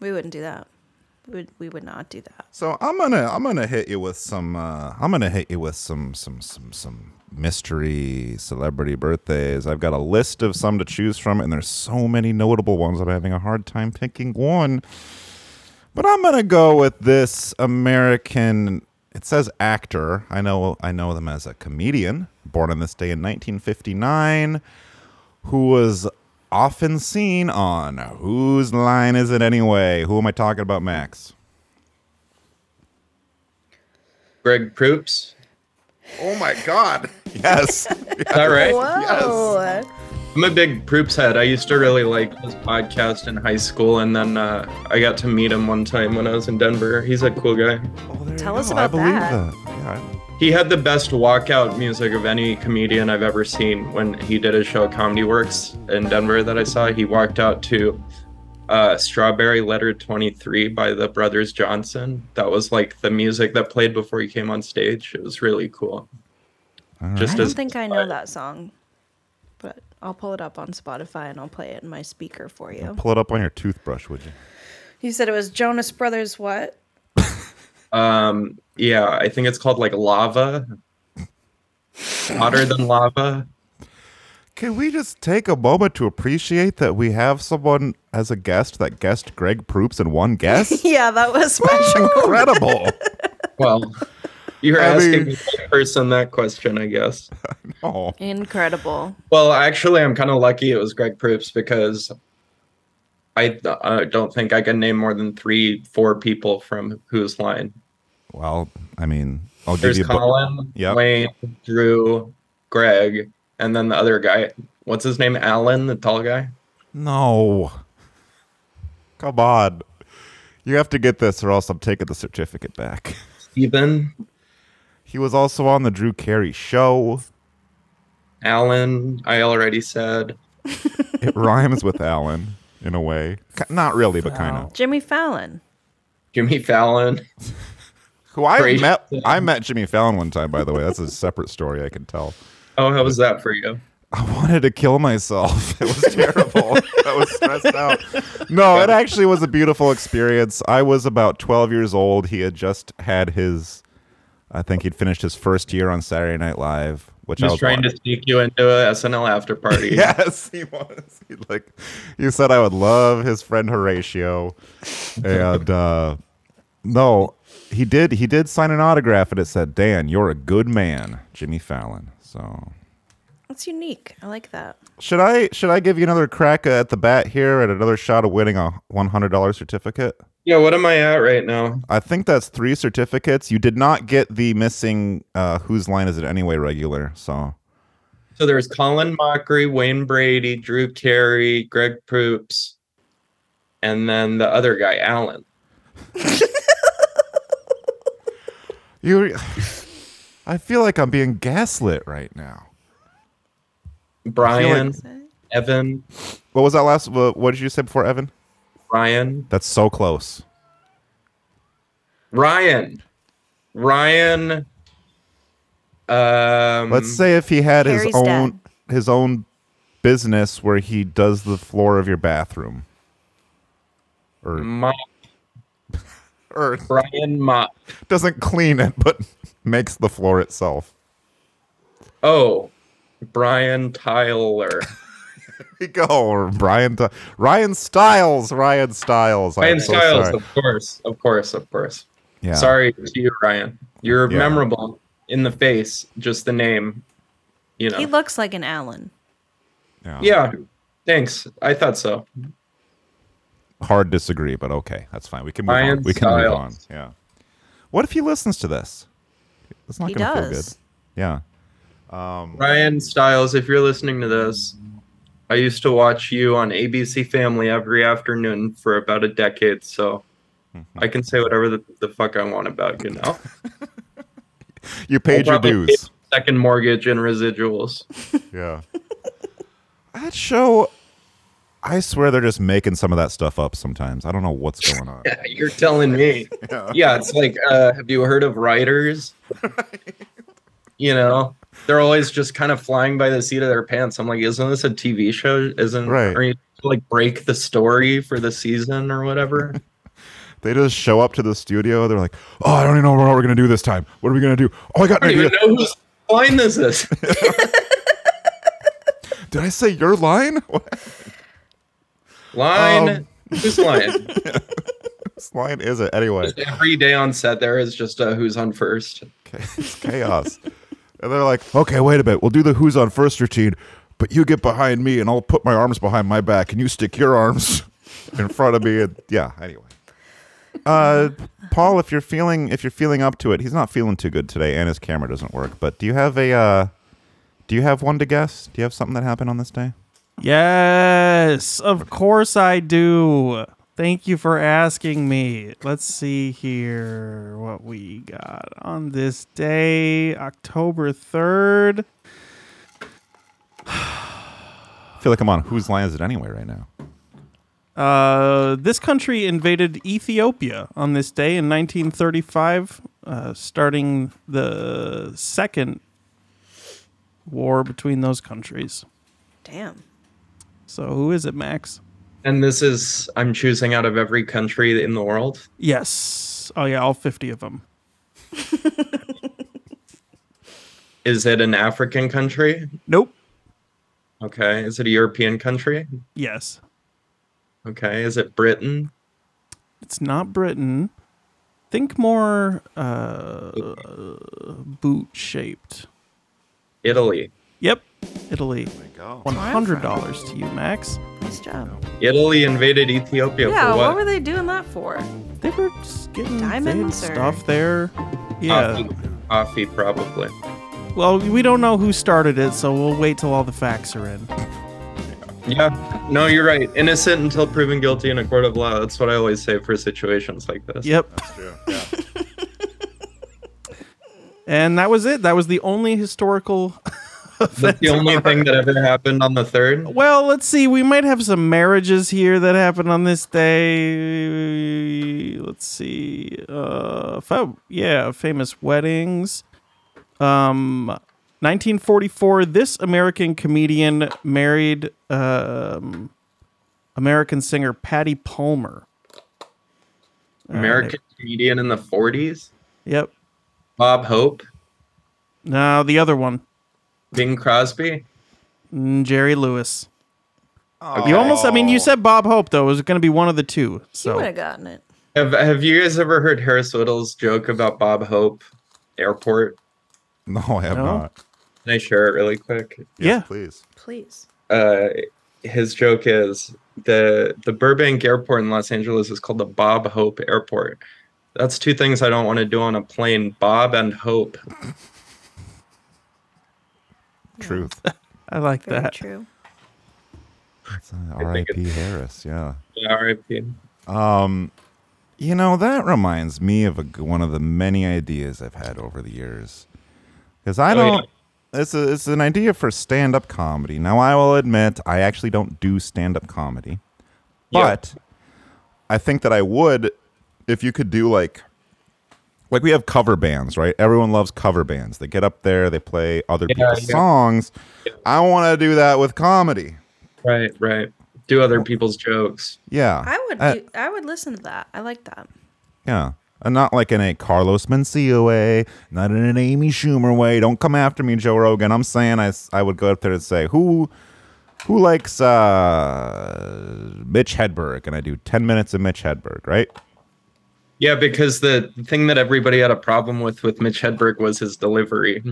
C: we wouldn't do that. We would, we would not do that.
B: So I'm gonna I'm gonna hit you with some uh, I'm gonna hit you with some some some some mystery celebrity birthdays. I've got a list of some to choose from, and there's so many notable ones. I'm having a hard time picking one. But I'm gonna go with this American. It says actor. I know I know them as a comedian, born on this day in 1959, who was often seen on Whose Line Is It Anyway? Who am I talking about, Max?
I: Greg Proops.
B: Oh my god. Yes.
I: Is that right?
C: Whoa.
I: I'm a big Proops head. I used to really like his podcast in high school, and then uh, I got to meet him one time when I was in Denver. He's a cool guy.
C: Tell us
B: I
C: about
B: believe
C: that.
B: that. Yeah.
I: He had the best walkout music of any comedian I've ever seen when he did his show at Comedy Works in Denver that I saw. He walked out to uh, Strawberry Letter 23 by the Brothers Johnson. That was like the music that played before he came on stage. It was really cool.
C: I
I: Just
C: don't
I: as-
C: think I know that song, but I'll pull it up on Spotify and I'll play it in my speaker for you.
B: Pull it up on your toothbrush, would you?
C: You said it was Jonas Brothers what?
I: Um, yeah, I think it's called like lava. Hotter than lava.
B: Can we just take a moment to appreciate that we have someone as a guest that guessed Greg Proops in one guess?
C: Yeah, that was
B: That's
C: special.
B: incredible.
I: Well, you're
B: I
I: asking
B: mean-
I: the right person that question, I guess.
B: oh,
C: Incredible.
I: Well, actually, I'm kind of lucky it was Greg Proops because I uh, don't think I can name more than three, four people from Who's Line.
B: well, I mean, I'll give
I: There's
B: you. bo-
I: Colin,
B: Yep.
I: Wayne, Drew, Greg, and then the other guy. What's his name? Alan, the tall guy.
B: no. Come on. You have to get this, or else I'm taking the certificate back.
I: Stephen,
B: He was also on the Drew Carey show.
I: Alan. I already said.
B: It rhymes with Alan in a way. Ki- Not really, but kind of.
C: Jimmy Fallon.
I: Jimmy Fallon.
B: Who I
I: Gracious.
B: met, I met Jimmy Fallon one time. By the way, that's a separate story. I can tell.
I: Oh, how was that for you?
B: I wanted to kill myself. It was terrible. I was stressed out. No, it actually was a beautiful experience. I was about 12 years old. He had just had his, I think he'd finished his first year on Saturday Night Live, which
I: He
B: I
I: was
B: was
I: trying to
B: watching.
I: sneak you into a SNL after party.
B: Yes, he was. He like, he said I would love his friend Horatio, and uh, no, he did. He did sign an autograph, and it said, "Dan, you're a good man, Jimmy Fallon." So
C: That's unique. I like that.
B: Should I should I give you another crack at the bat here at another shot of winning a one hundred dollar certificate?
I: Yeah. What am I at right now?
B: I think that's three certificates. You did not get the missing uh, whose line is it anyway regular. So
I: So there's Colin Mockery, Wayne Brady, Drew Carey, Greg Proops, and then the other guy, Alan.
B: you, I feel like I'm being gaslit right now.
I: Brian, Evan,
B: What was that last? What, what did you say before, Evan?
I: Ryan,
B: That's so close.
I: Ryan, Ryan. Um,
B: Let's say if he had his
C: Harry's
B: own
C: dad.
B: his own business where he does the floor of your bathroom. Or,
I: Mop,
B: or
I: Brian Mop.
B: doesn't clean it, but makes the floor itself.
I: Oh, Brian Tyler.
B: we go. Or Brian, T- Oh, Ryan Styles. Ryan Styles. I'm
I: Brian
B: so
I: Styles,
B: sorry.
I: of course, of course, of course.
B: Yeah.
I: Sorry to you, Ryan. You're
B: Yeah.
I: memorable in the face, just the name. You know.
C: He looks like an Allen.
I: yeah. Thanks. I thought so.
B: Hard disagree, but okay, that's fine. We can move
I: Ryan
B: on. We can move on.
I: Styles.
B: Yeah. What if he listens to this? It's not
C: He
B: gonna feel good.
C: does.
B: Yeah.
I: Ryan Styles, if you're listening to this, I used to watch you on ABC Family every afternoon for about a decade, so
B: Mm-hmm.
I: I can say whatever the, the fuck I want about you now.
B: You paid your
I: probably-
B: dues.
I: Second mortgage and residuals.
B: Yeah. that show. I swear they're just making some of that stuff up sometimes. I don't know what's going on.
I: You're telling me. Yeah, it's like, uh, have you heard of writers? you know, they're always just kind of flying by the seat of their pants. I'm like, isn't this a TV show? Isn't
B: Right.
I: are you to, like break the story for the season or whatever?
B: They just show up to the studio. They're like, "Oh, I don't even know what we're gonna do this time. What are we gonna do? Oh, I got
I: I
B: an
I: don't
B: idea.
I: even know whose line this is.
B: Did I say your line?
I: Line, whose line?
B: Whose line is it anyway?
I: Every day on set, there is just a who's on first.
B: it's chaos. and they're like, okay, wait a bit. We'll do the who's on first routine, but you get behind me and I'll put my arms behind my back and you stick your arms in front of me. And yeah, anyway. Uh, Paul, if you're feeling if you're feeling up to it, he's not feeling too good today, and his camera doesn't work. But do you have a uh, do you have one to guess? Do you have something that happened on this day?
D: Yes, of course I do. Thank you for asking me. Let's see here what we got on this day, October 3rd.
B: I feel like I'm on whose line is it anyway right now?
D: Uh, this country invaded Ethiopia on this day in 1935, uh, starting the second war between those countries.
C: Damn.
D: So, who is it, Max?
I: And this is, I'm choosing out of every country in the world.
D: Yes. Yes. Oh yeah, all fifty of them.
I: Is it an African country?
D: Nope.
I: Okay. Is it a European country?
D: Yes.
I: Okay. Is it Britain?
D: It's not Britain. Think more uh, boot shaped.
I: Italy.
D: Yep. Italy. One hundred dollars to you, Max.
C: Nice job.
I: Italy invaded Ethiopia
C: Yeah,
I: for
C: what?
I: what? Oh.
C: were they doing that for?
D: They were just getting they had
C: Diamonds or-
D: stuff there. Yeah.
I: Coffee, coffee probably.
D: Well, we don't know who started it, so we'll wait till all the facts are in.
I: Yeah. No, you're right. Innocent until proven guilty in a court of law. That's what I always say for situations like this.
D: Yep. and that was it. That was the only historical.
I: That's the only thing that ever happened on the third.
D: Well, let's see. We might have some marriages here that happened on this day. Let's see. Uh, fa- yeah, famous weddings. Um, 1944. This American comedian married um, American singer Patty Palmer.
I: American comedian in the 40s.
D: Yep.
I: Bob Hope.
D: Now the other one,
I: Bing Crosby.
D: mm, Jerry Lewis. You almost. I mean, you said Bob Hope though. It was going to be one of the two.
C: You would
D: So
C: have gotten it.
I: Have, have you guys ever heard Harris Whittle's joke about Bob Hope Airport?
B: No, I have
D: No?
B: not.
I: Can I share it really quick?
D: yeah,
B: Please.
C: Please.
I: Uh, his joke is the the Burbank Airport in Los Angeles is called the Bob Hope Airport. That's two things I don't want to do on a plane: Bob and Hope.
B: Truth.
D: I like
C: Very
D: that.
C: true.
B: It's, uh, R.I.P. Harris. Yeah.
I: R.I.P.
B: You know, that reminds me of a g one of the many ideas I've had over the years. Because I
I: Oh,
B: don't. It's, a, it's an idea for stand up comedy. Now, I will admit, I actually don't do stand up comedy.
I: Yeah.
B: But I think that I would if you could do like. Like we have cover bands, right? Everyone loves cover bands. They get up there, they play other people's
I: yeah.
B: songs. I want to do that with comedy.
I: Right, right. Do other people's jokes.
B: Yeah.
C: I would
B: Uh,
C: do, I would listen to that. I like that.
B: Yeah. And not like in a Carlos Mencia way, not in an Amy Schumer way. Don't come after me, Joe Rogan. I'm saying I, s- I would go up there and say, who who likes uh, Mitch Hedberg? And I do 10 minutes of Mitch Hedberg, right?
I: Yeah, because the the thing that everybody had a problem with with Mitch Hedberg was his delivery.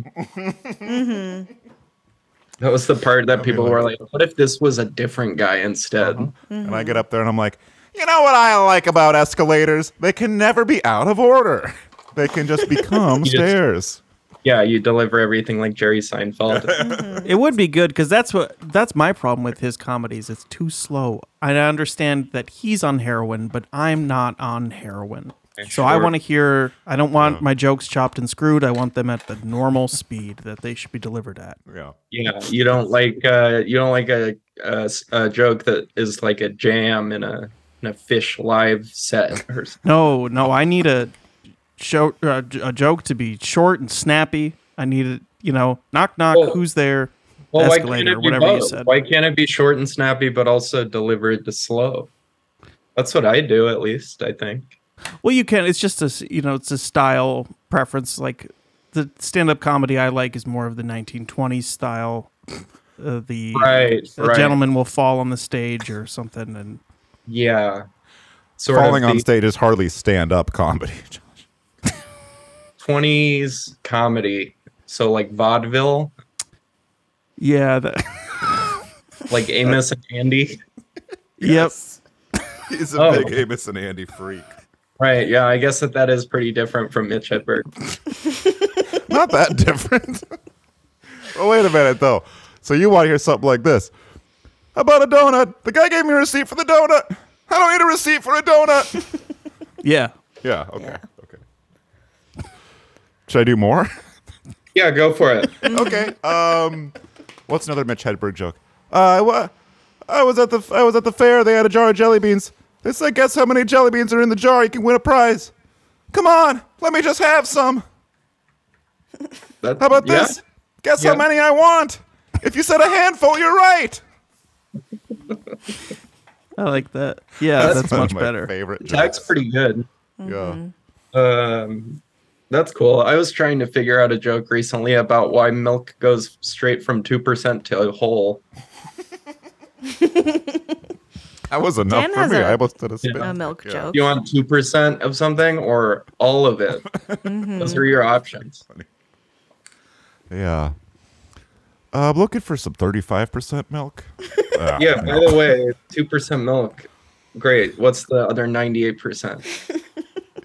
I: That was the part that people were like, "What if this was a different guy instead?"
B: And I get up there and I'm like, you know what I like about escalators? They can never be out of order. They can just become stairs.
I: Yeah, you deliver everything like Jerry Seinfeld.
D: It would be good because that's what that's my problem with his comedies. It's too slow. I understand that he's on heroin, but I'm not on heroin. So I
I: Sure.
D: want to hear. I don't want my jokes chopped and screwed. I want them at the normal speed that they should be delivered at.
B: Yeah.
I: yeah, you don't like uh, you don't like a, a s- a joke that is like a jam in a in a fish live set. Or s-
D: No, no, I need a show uh, j- a joke to be short and snappy. I need it. You know, knock knock.
I: Well-
D: who's there?
I: well, why can't
D: Escalator,
I: it be
D: whatever you
I: both?
D: said.
I: Why can't it be short and snappy, but also delivered to slow? That's what I do, at least I think.
D: Well, you can. It's just a s- you know, it's a style preference. Like the stand-up comedy I like is more of the 1920s style. Uh, the
I: Right,
D: the
I: right.
D: gentleman will fall on the stage or something, and
I: Yeah. Sort
B: Falling
I: of
B: on
I: the
B: stage is hardly stand up comedy.
I: 20s comedy. So like vaudeville,
D: yeah, that,
I: like Amos and Andy.
B: He's a
I: Oh.
B: big Amos and Andy freak.
I: Right. Yeah, I guess that that is pretty different from Mitch Hedberg.
B: not that different. well, wait a minute though. So you want to hear something like this? I bought a donut. The guy gave me a receipt for the donut. I don't need a receipt for a donut.
D: yep, yeah.
B: yeah. Okay.
C: Yeah.
B: Okay. Should I do more?
I: Yeah, go for it.
B: okay. Um, what's another Mitch Hedberg joke? Uh, wha- I was at the I was at the fair. They had a jar of jelly beans. They said, "Guess how many jelly beans are in the jar? You can win a prize." Come on, let me just have some.
I: That-
B: How about
I: yeah.
B: this? Guess
I: Yeah.
B: how many I want? If you said a handful, you're right.
D: I like that. Yeah, that's,
B: one of
D: much
B: my
D: better.
B: Favorite.
I: That's pretty good.
B: Yeah.
I: Um, that's cool. I was trying to figure out a joke recently about why milk goes straight from 2% to a whole.
B: That was enough
C: Dan
B: for
C: has
B: me.
C: a-
B: I almost did a spit.
C: A milk
B: Yeah.
C: joke.
I: You want 2% of something or all of it? Those are your options.
B: Yeah. Uh, I'm looking for some 35% milk. Ah,
I: Yeah, by the way, 2% milk. Great. What's the other 98%?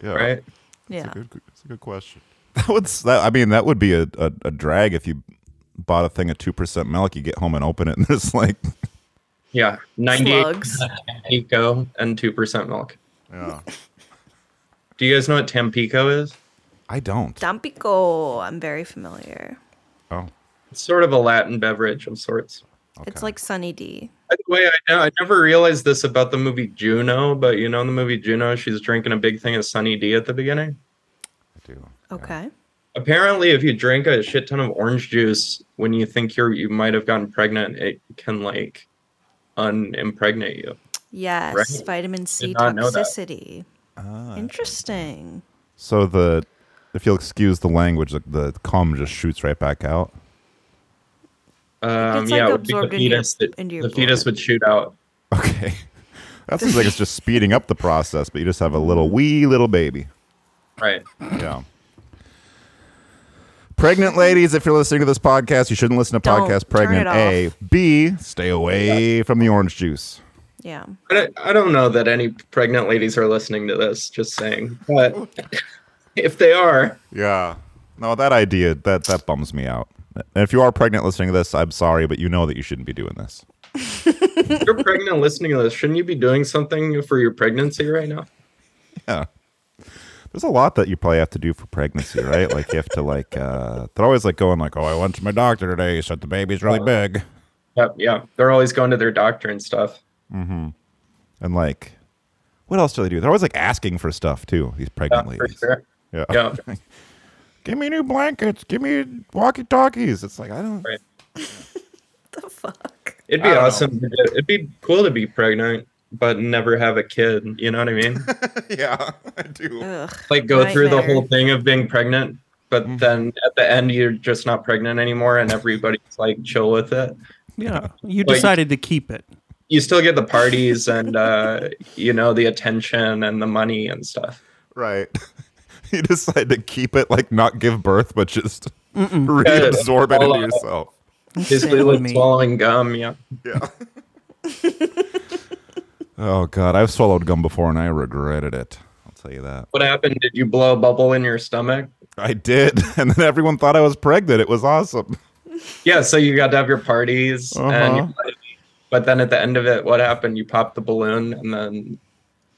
B: yeah.
I: Right?
B: It's,
C: Yeah.
B: a good, it's a good question. That would, s- that, I mean, that would be a, a, a drag if you bought a thing of 2% milk, you get home and open it, and there's like,
I: Yeah. 98
C: Slugs.
I: Tampico and 2% milk.
B: yeah.
I: Do you guys know what Tampico is?
B: I don't.
C: Tampico. I'm very familiar.
B: Oh,
I: It's sort of a Latin beverage of sorts.
C: It's like Sunny D.
I: By the way, I, know, I never realized this about the movie Juno, but you know, in the movie Juno, she's drinking a big thing of Sunny D at the beginning.
B: I do.
C: Okay.
I: Apparently, if you drink a shit ton of orange juice when you think you're you might have gotten pregnant, it can like unimpregnate you.
C: Yes.
I: Right.
C: Vitamin C
I: not know that.
C: toxicity.
B: Ah,
C: Interesting.
B: So the, if you'll excuse the language, the, the cum just shoots right back out.
I: Um,
C: It's, like,
I: yeah, it would be the
C: absorbed into your-
I: fetus. that-
C: into your
I: the fetus
C: blood.
I: would shoot out.
B: Okay. That seems like it's just speeding up the process, but you just have a little wee little baby.
I: Right.
B: Yeah. Pregnant ladies, if you're listening to this podcast, you shouldn't listen to
C: Don't.
B: podcast
C: Turn it
B: pregnant. A. B. Stay away from the orange juice.
C: Yeah.
I: I don't, I don't know that any pregnant ladies are listening to this. Just saying, but if they are,
B: Yeah. No, that idea that that bums me out. And if you are pregnant listening to this, I'm sorry, but you know that you shouldn't be doing this.
I: if you're pregnant listening to this, shouldn't you be doing something for your pregnancy right now?
B: Yeah. There's a lot that you probably have to do for pregnancy, right? like you have to like uh they're always like going like, Oh, I went to my doctor today, said the baby's really big.
I: Yep, yeah. They're always going to their doctor and stuff.
B: And like what else do they do? They're always like asking for stuff too, these pregnant
I: For
B: ladies.
I: sure.
B: Yeah.
I: Yeah.
B: give me new blankets. Give me walkie talkies. It's like I don't.
I: Right.
C: The fuck.
I: It'd be awesome. to do- It'd be cool to be pregnant, but never have a kid. You know what I mean?
B: Yeah, I do.
C: Ugh.
I: Like go through the
C: Nightmare.
I: whole thing of being pregnant, but then at the end you're just not pregnant anymore, and everybody's like chill with it.
D: Yeah, you
I: Like-
D: decided to keep it.
I: You still get the parties and uh, you know the attention and the money and stuff.
B: Right. you decide to keep it, like not give birth, but just
I: Yeah,
B: reabsorb it
I: all
B: into
I: out.
B: yourself.
I: Basically,
D: with
I: like
D: me.
I: swallowing gum. Yeah.
B: Yeah. oh God, I've swallowed gum before and I regretted it. I'll tell you that.
I: What happened? Did you blow a bubble in your stomach?
B: I did, and then everyone thought I was pregnant. It was awesome.
I: Yeah, so you got to have your parties, and
B: Uh-huh.
I: your party. but then at the end of it, what happened? You popped the balloon, and then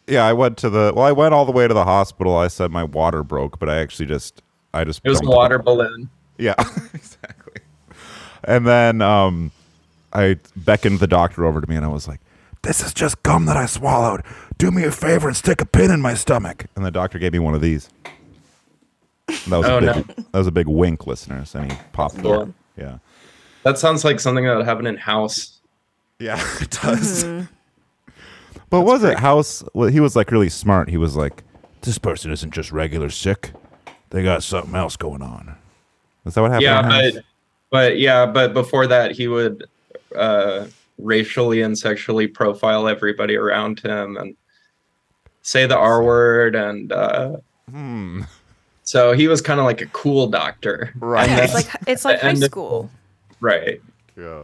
B: Yeah, I went to the. Well, I went all the way to the hospital. I said my water broke, but I actually just. I just
I: it was a
B: dumped it.
I: water balloon.
B: Yeah, exactly. And then um, I beckoned the doctor over to me, and I was like, "This is just gum that I swallowed. Do me a favor and stick a pin in my stomach." And the doctor gave me one of these. And that was
I: Oh,
B: a
I: no.
B: big. That was a big wink, listeners. And he popped
I: Cool.
B: it. Yeah.
I: That sounds like something that would happen in house.
B: Yeah, it does. But was it House? Well, he was like really smart. He was like, "This person isn't just regular sick. They got something else going on." Is that what happened?
I: yeah,
B: in House?
I: but but yeah, but before that, he would uh, racially and sexually profile everybody around him and say the R word, and uh, so he was kind of like a cool doctor,
B: Hmm. Right.
C: Yeah, it's like it's like high
I: And the-
C: school.
I: right?
B: yeah.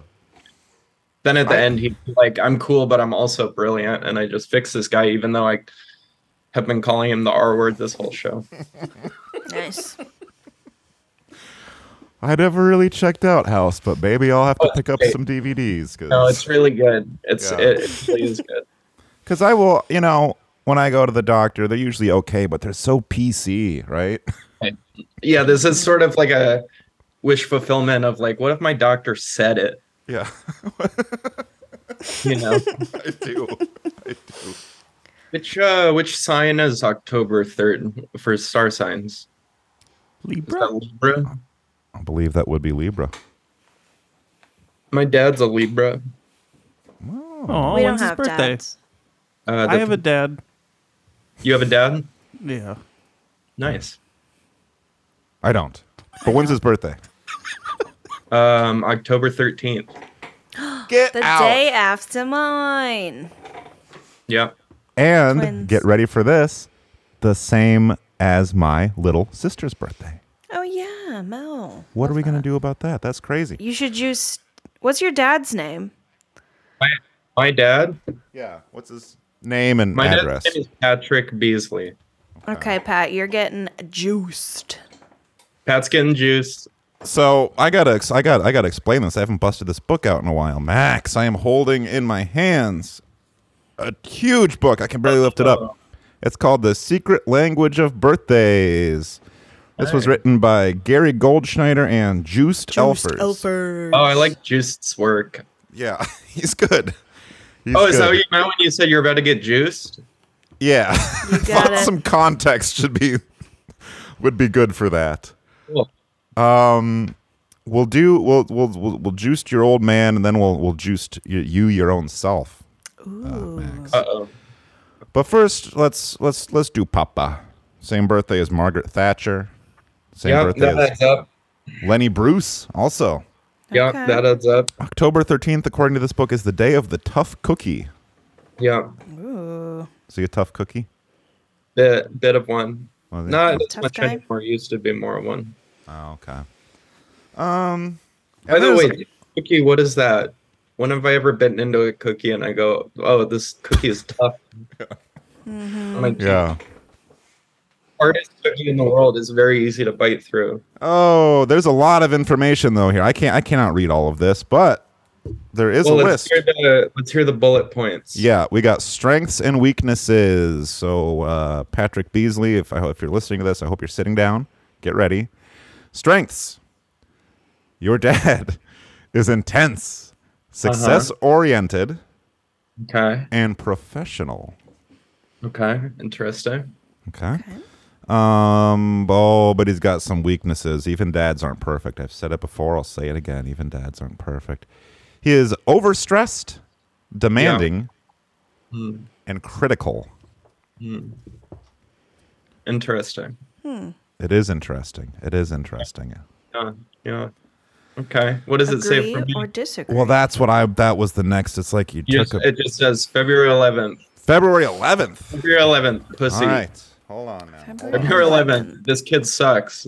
I: then at the end he like i'm cool but i'm also brilliant and i just fix this guy even though i have been calling him the r word this whole show
C: Nice.
B: I never really checked out House, but maybe I'll have to pick up
I: okay.
B: some DVDs because
I: no it's really good it's
B: Yeah.
I: it, it really is good
B: I will, you know, when I go to the doctor, they're usually okay, but they're so PC, right?
I: yeah this is sort of like a wish fulfillment of like what if my doctor said it
B: Yeah,
I: you know
B: I do.
I: which uh which sign is october 3rd for star signs is
D: Libra.
I: that libra
B: I believe that would be Libra.
I: my dad's a libra
D: Oh,
C: we don't
D: when's his
C: have
D: birthday?
C: dads.
I: uh
D: I
I: the-
D: have a dad.
I: you have a dad
D: Yeah.
I: Nice.
B: I don't. But when's his birthday?
I: Um, October 13th.
B: Get
C: The day after mine.
I: Yep.
B: And
C: Twins.
B: get ready for this. The same as my little sister's birthday.
C: Oh yeah, Mel.
B: What are we
I: Uh-huh.
B: going to do about that? That's crazy.
C: You should use. What's your dad's name?
I: My, my dad.
B: Yeah. What's his name and
I: My
B: address?
I: dad's name is Patrick Beasley.
C: Okay, Pat, you're getting juiced.
I: Pat's getting juiced.
B: So I gotta, ex- I got, I gotta explain this. I haven't busted this book out in a while, Max. I am holding in my hands a huge book. I can barely lift it up. It's called "The Secret Language of Birthdays." This was written by Gary Goldschneider and Juiced, Elfers.
C: Elfers.
I: Oh, I like Juiced's work.
B: Yeah, he's good. He's
I: oh, is that
B: good.
I: what you meant when you said you're about to get juiced?
B: Yeah,
C: got
B: Thought
C: it.
B: some context should be would be good for that.
I: Cool.
B: We'll do. We'll we'll we'll, we'll juice your old man, and then we'll we'll juice you, you your own self.
I: Uh oh.
B: But first, let's let's let's do Papa. Same birthday as Margaret Thatcher. Same
I: Yep,
B: birthday
I: that
B: as
I: adds up.
B: Lenny Bruce. Also,
I: Yep,
C: Okay.
I: that adds up.
B: October thirteenth, according to this book, is the day of the tough cookie.
I: Yeah, Oh.
B: Is he a tough cookie?
I: bit bit of one.
B: Well, yeah.
I: Not as
C: Tough
I: much
C: guy.
I: anymore. Used to be more one.
B: Oh, okay. Um.
I: By
B: and
I: the
B: there's-
I: way, cookie. What is that? When have I ever bitten into a cookie and I go, "Oh, this cookie is tough."
C: Mm-hmm.
I: Like,
B: yeah.
I: hardest cookie in the world is very easy to bite through.
B: Oh, there's a lot of information though here. I can't. I cannot read all of this, but there is
I: well,
B: a
I: let's
B: list.
I: hear the let's hear the bullet points.
B: Yeah, we got strengths and weaknesses. So uh, Patrick Beasley, if I hope if you're listening to this, I hope you're sitting down. Get ready. Strengths. Your dad is intense, success oriented,
I: Okay.
B: and professional.
I: Okay. Interesting.
B: Okay. Um. Oh, but he's got some weaknesses. Even dads aren't perfect. I've said it before. I'll say it again. Even dads aren't perfect. He is overstressed, demanding, and critical.
I: Interesting.
B: It is interesting. It is interesting.
I: Yeah. Yeah. Okay. What does it say
C: Agree
I: for me?
C: or disagree?
B: Well, that's what I. That was the next. It's like you
I: You
B: took
I: just-
B: a
I: it just says February 11th.
B: February 11th.
I: February 11th, pussy.
B: All right, hold on now.
I: February 11th. This kid sucks.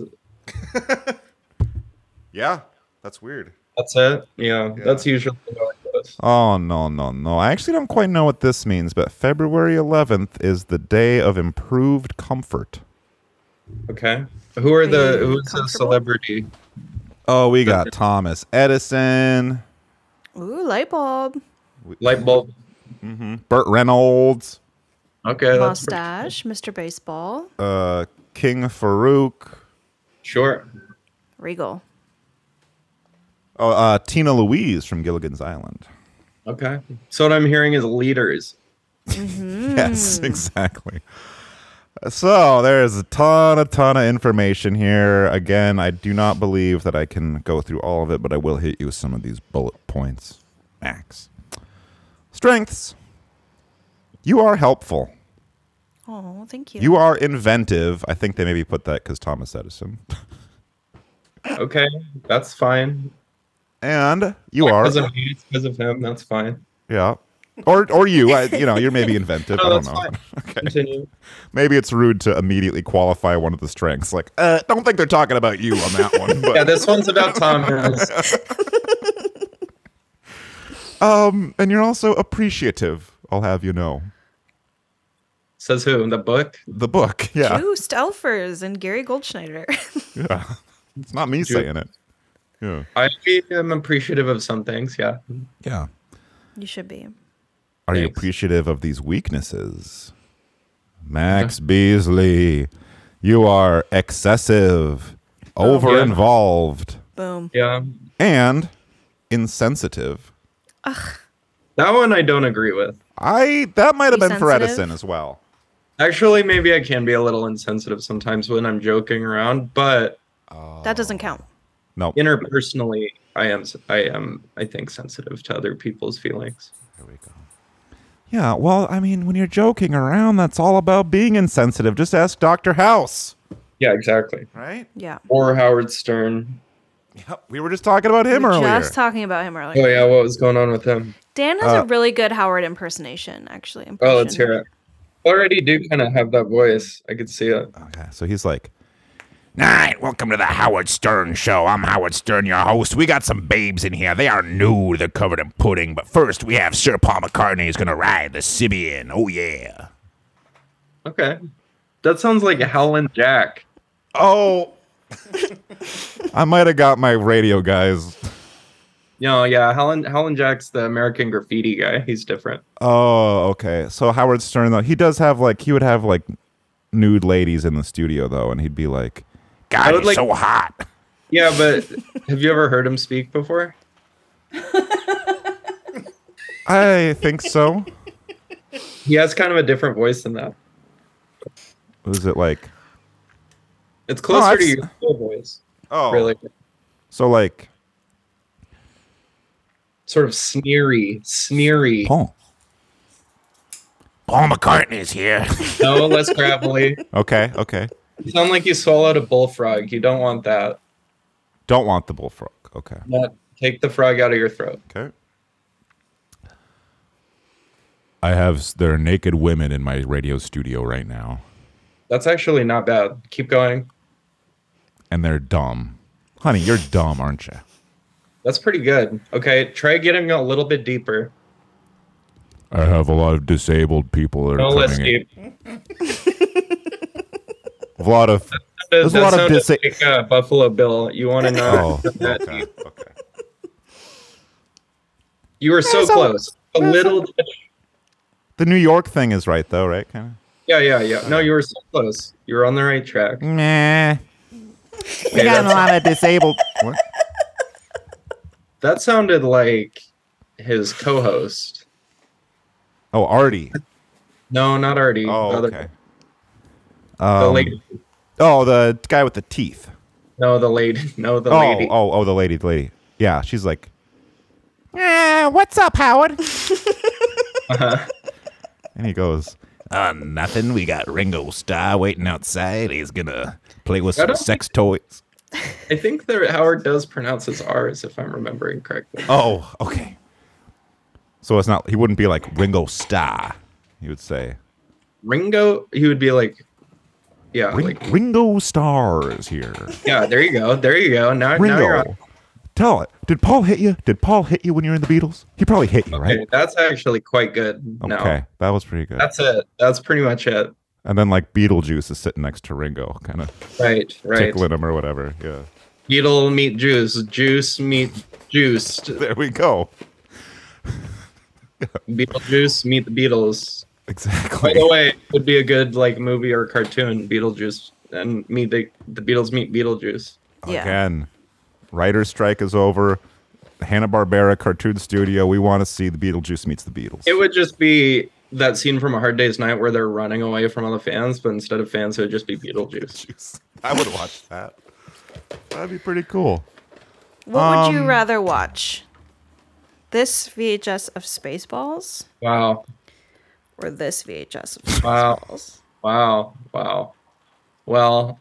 B: Yeah, that's weird.
I: That's it. Yeah, that's usually how it goes.
B: Oh no no no! I actually don't quite know what this means, but February 11th is the day of improved comfort.
I: Okay. Who are the
C: you
I: who's the
C: comfortable?
I: celebrity?
B: Oh, we got Thomas Edison,
C: Ooh, light bulb,
I: Light bulb.
B: Burt Reynolds,
I: Okay, that's pretty-
C: mustache, Mr. Baseball,
B: uh, King Farouk,
I: sure.
C: Regal.
B: oh, uh, Tina Louise from Gilligan's Island.
I: Okay. So what I'm hearing is leaders.
B: Yes, exactly. So there's a ton, a ton of information here. Again, I do not believe that I can go through all of it, but I will hit you with some of these bullet points. Max. Strengths. You are helpful.
C: Oh, thank you.
B: You are inventive. I think they maybe put that because Thomas Edison.
I: Okay, that's fine.
B: And you are,
I: Because of me, it's because of him. That's fine.
B: yeah, or or you. I, you know, you're maybe inventive. I
I: No,
B: don't
I: Oh, that's
B: know.
I: fine. Continue.
B: Maybe it's rude to immediately qualify one of the strengths. Like, uh, don't think they're talking about you on that one. But
I: Yeah, this one's about Thomas.
B: And you're also appreciative, I'll have you know.
I: Says who in the book?
B: The book, yeah.
C: Juiced Elfers and Gary Goldschneider.
B: It's not me saying it. Yeah.
I: I am appreciative of some things. Yeah.
B: Yeah.
C: you should be.
B: Are you
I: Thanks.
B: appreciative of these weaknesses? Max Beasley, you are excessive,
C: Oh,
B: over involved,
C: Boom.
I: Yeah.
B: and insensitive.
I: That one I don't agree with.
B: I that might have
C: Be
B: been for
C: sensitive?
B: Edison as well.
I: Actually, maybe I can be a little insensitive sometimes when I'm joking around, but
C: That doesn't count.
B: No.
I: interpersonally, I am I am I think sensitive to other people's feelings.
B: Here we go. Yeah, well, I mean, when you're joking around, that's all about being insensitive. Just ask Dr. House,
I: Yeah, exactly.
B: right?
C: Yeah.
I: Or Howard Stern.
B: Yeah, we were just talking about him
C: We were
B: earlier.
C: Just talking about him
I: Oh
C: earlier.
I: yeah, what was going on with him?
C: Dan has a really good Howard impersonation, actually.
I: uh, Oh, let's
C: impression.
I: hear it. Already do kind of have that voice. I could see it.
B: okay, so he's like,
E: All right, welcome to the Howard Stern Show. I'm Howard Stern, your host. We got some babes in here. They are nude, they're covered in pudding. But first, we have Sir Paul McCartney who's going to ride the Sibian. Oh, yeah.
I: Okay. That sounds like Helen Jack.
B: oh, I might have got my radio guys.
I: You know, yeah, Helen Helen Jack's the American graffiti guy. He's different.
B: Oh, okay. So Howard Stern, though, he does have like, he would have like nude ladies in the studio, though, and he'd be like,
E: God,
I: would
E: he's
I: like-
E: so hot.
I: Yeah, but have you ever heard him speak before?
B: I think so.
I: He has kind of a different voice than that.
B: Was it like,
I: It's closer to
B: that's-
I: your full voice.
B: oh,
I: Really.
B: So like,
I: Sort of sneery, sneery.
B: Paul.
E: Paul McCartney's here.
I: No, less gravelly.
B: Okay, okay.
I: You sound like you swallowed a bullfrog. You don't want that.
B: Don't want the bullfrog. Okay,
I: Not take the frog out of your throat.
B: okay. I have s- there are naked women in my radio studio right now,
I: That's actually not bad. Keep going.
B: and they're dumb. Honey, you're dumb, aren't you?
I: That's pretty good. Okay, try getting a little bit deeper.
B: I have a lot of disabled people that
I: No less
B: coming in.
I: deep.
B: A lot of
I: There's
B: a lot of disa-
I: like, uh, Buffalo Bill. You want to know?
B: oh,
I: that
B: okay,
I: deep.
B: okay.
I: You were so close. A little.
B: The New York thing is right though, right? Kind
I: Yeah, yeah, yeah. No, you were so close. You were on the right track.
B: of. Nah,
I: Okay, that,
B: lot of disabled. what?
I: that sounded like his co-host.
B: Oh, Artie.
I: No, not Artie.
B: Oh,
I: the other-
B: okay.
I: The
B: Um,
I: lady.
B: Oh, the guy with the teeth.
I: No, the lady. No, the
B: oh,
I: lady.
B: oh, oh, the lady, the lady. Yeah, she's like,
E: Eh, what's up, Howard?
I: Uh-huh.
B: and he goes,
E: Uh, nothing. We got Ringo Starr waiting outside. He's going to play with
I: I
E: some
I: don't
E: sex toys.
I: I think that Howard does pronounce his R's, if I'm remembering correctly.
B: "Oh, okay." So it's not. He wouldn't be like Ringo Starr. He would say,
I: Ringo, he would be like, yeah,
B: Ring,
I: like,
B: "Ringo Starr is here."
I: yeah. There you go. There you go. Now, now you're on.
B: Ringo, tell it. Did Paul hit you? Did Paul hit you when you were in the Beatles? He probably hit you,
I: Okay,
B: right?
I: that's actually quite good. No,
B: Okay, that was pretty good.
I: that's it. That's pretty much it.
B: and then like Beetlejuice is sitting next to Ringo, kind of
I: Right, right.
B: tickling him or whatever. Yeah,
I: Beetle meat juice, juice meat juiced.
B: there we go.
I: Beetlejuice meet the Beatles.
B: Exactly.
I: By the way, it would be a good like movie or cartoon. Beetlejuice and meet the the Beatles meet Beetlejuice.
C: Yeah.
B: Again, writer's strike is over. Hanna Barbera Cartoon Studio. We want to see the Beetlejuice meets the Beatles.
I: It would just be that scene from A Hard Day's Night where they're running away from all the fans, but instead of fans, it would just be Beetlejuice.
B: I would watch that. That'd be pretty cool.
C: What would
B: Um,
C: you rather watch? This VHS of Spaceballs
I: Wow,
C: or this VHS of
I: Wow.
C: Spaceballs?
I: wow, wow. Well,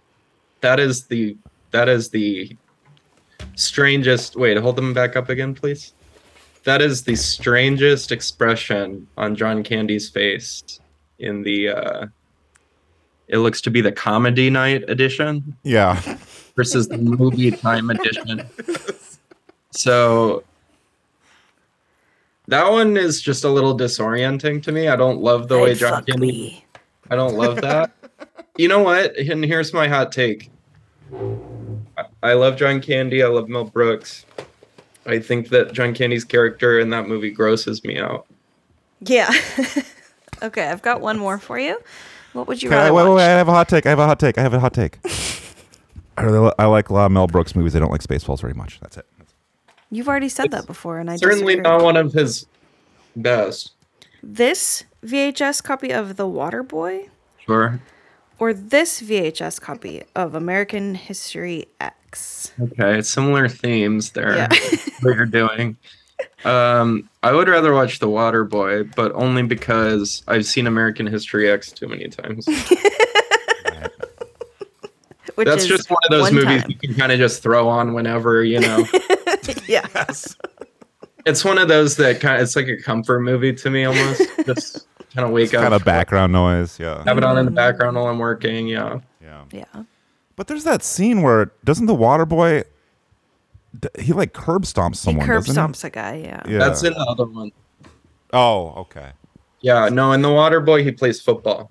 I: that is the that is the strangest. Wait, hold them back up again, please. That is the strangest expression on John Candy's face in the. Uh, it looks to be the comedy night edition.
B: Yeah.
I: versus the movie time edition. So that one is just a little disorienting to me. I don't love the way
C: Hey,
I: John
C: fuck
I: Candy.
C: me.
I: I don't love that. you know what? And here's my hot take. I- I love John Candy. I love Mel Brooks. I think that John Candy's character in that movie grosses me out.
C: Yeah. okay, I've got one more for you. What would you
B: Okay, I,
C: rather
B: wait, wait,
C: watch?
B: wait, I have a hot take. I have a hot take. I have a hot take. I really li- I like a lot of Mel Brooks movies. I don't like Spaceballs very much. That's it.
C: You've already said that before, and I
I: Certainly
C: disagree.
I: not one of his best.
C: This VHS copy of The Water Boy
I: Sure.
C: or this VHS copy of American History X?
I: Okay. Similar themes there.
C: Yeah.
I: what you're doing. Um, I would rather watch The Water Boy, but only because I've seen American History X too many times.
C: Which
I: That's
C: is
I: just one of those
C: one
I: movies
C: time.
I: you can kind of just throw on whenever, you know.
C: Yeah.
I: it's one of those that kind of, it's like a comfort movie to me almost. just kind of wake up,
B: kind of background noise. Yeah.
I: have it on in the background while I'm working. Yeah.
B: Yeah.
C: Yeah.
B: But there's that scene where doesn't the water boy? d- He like curb stomps
C: He
B: someone.
C: curb
B: doesn't
C: stomps a guy. Yeah.
B: Yeah.
I: That's another one.
B: Oh, okay.
I: Yeah, no, in The Water Boy, he plays football.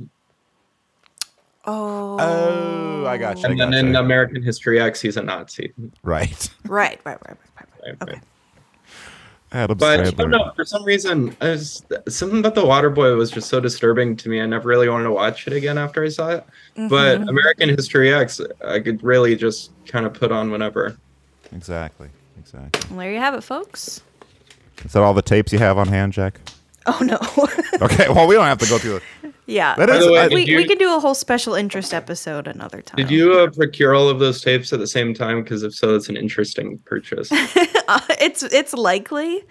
C: Oh.
B: Oh, I got you.
I: And then in American History X, he's a Nazi.
B: right,
C: Right. Right. Right. Right. right, right.
I: Right,
C: Okay.
I: right.
B: Adam
I: But I
B: Sandler.
I: don't know, for some reason, I was, something about The Water Boy was just so disturbing to me. I never really wanted to watch it again after I saw it. But American History X, I could really just kind of put on whenever.
B: Exactly. Exactly.
C: Well, there you have it, folks.
B: Is that all the tapes you have on hand, Jack?
C: Oh no.
B: Okay. Well, we don't have to go through it.
C: yeah.
B: That is.
I: the way,
B: I-
I: did
C: we,
I: you-
C: we can do a whole special interest episode another time.
I: Did you uh, procure all of those tapes at the same time? Because if so, that's an interesting purchase.
C: it's it's likely.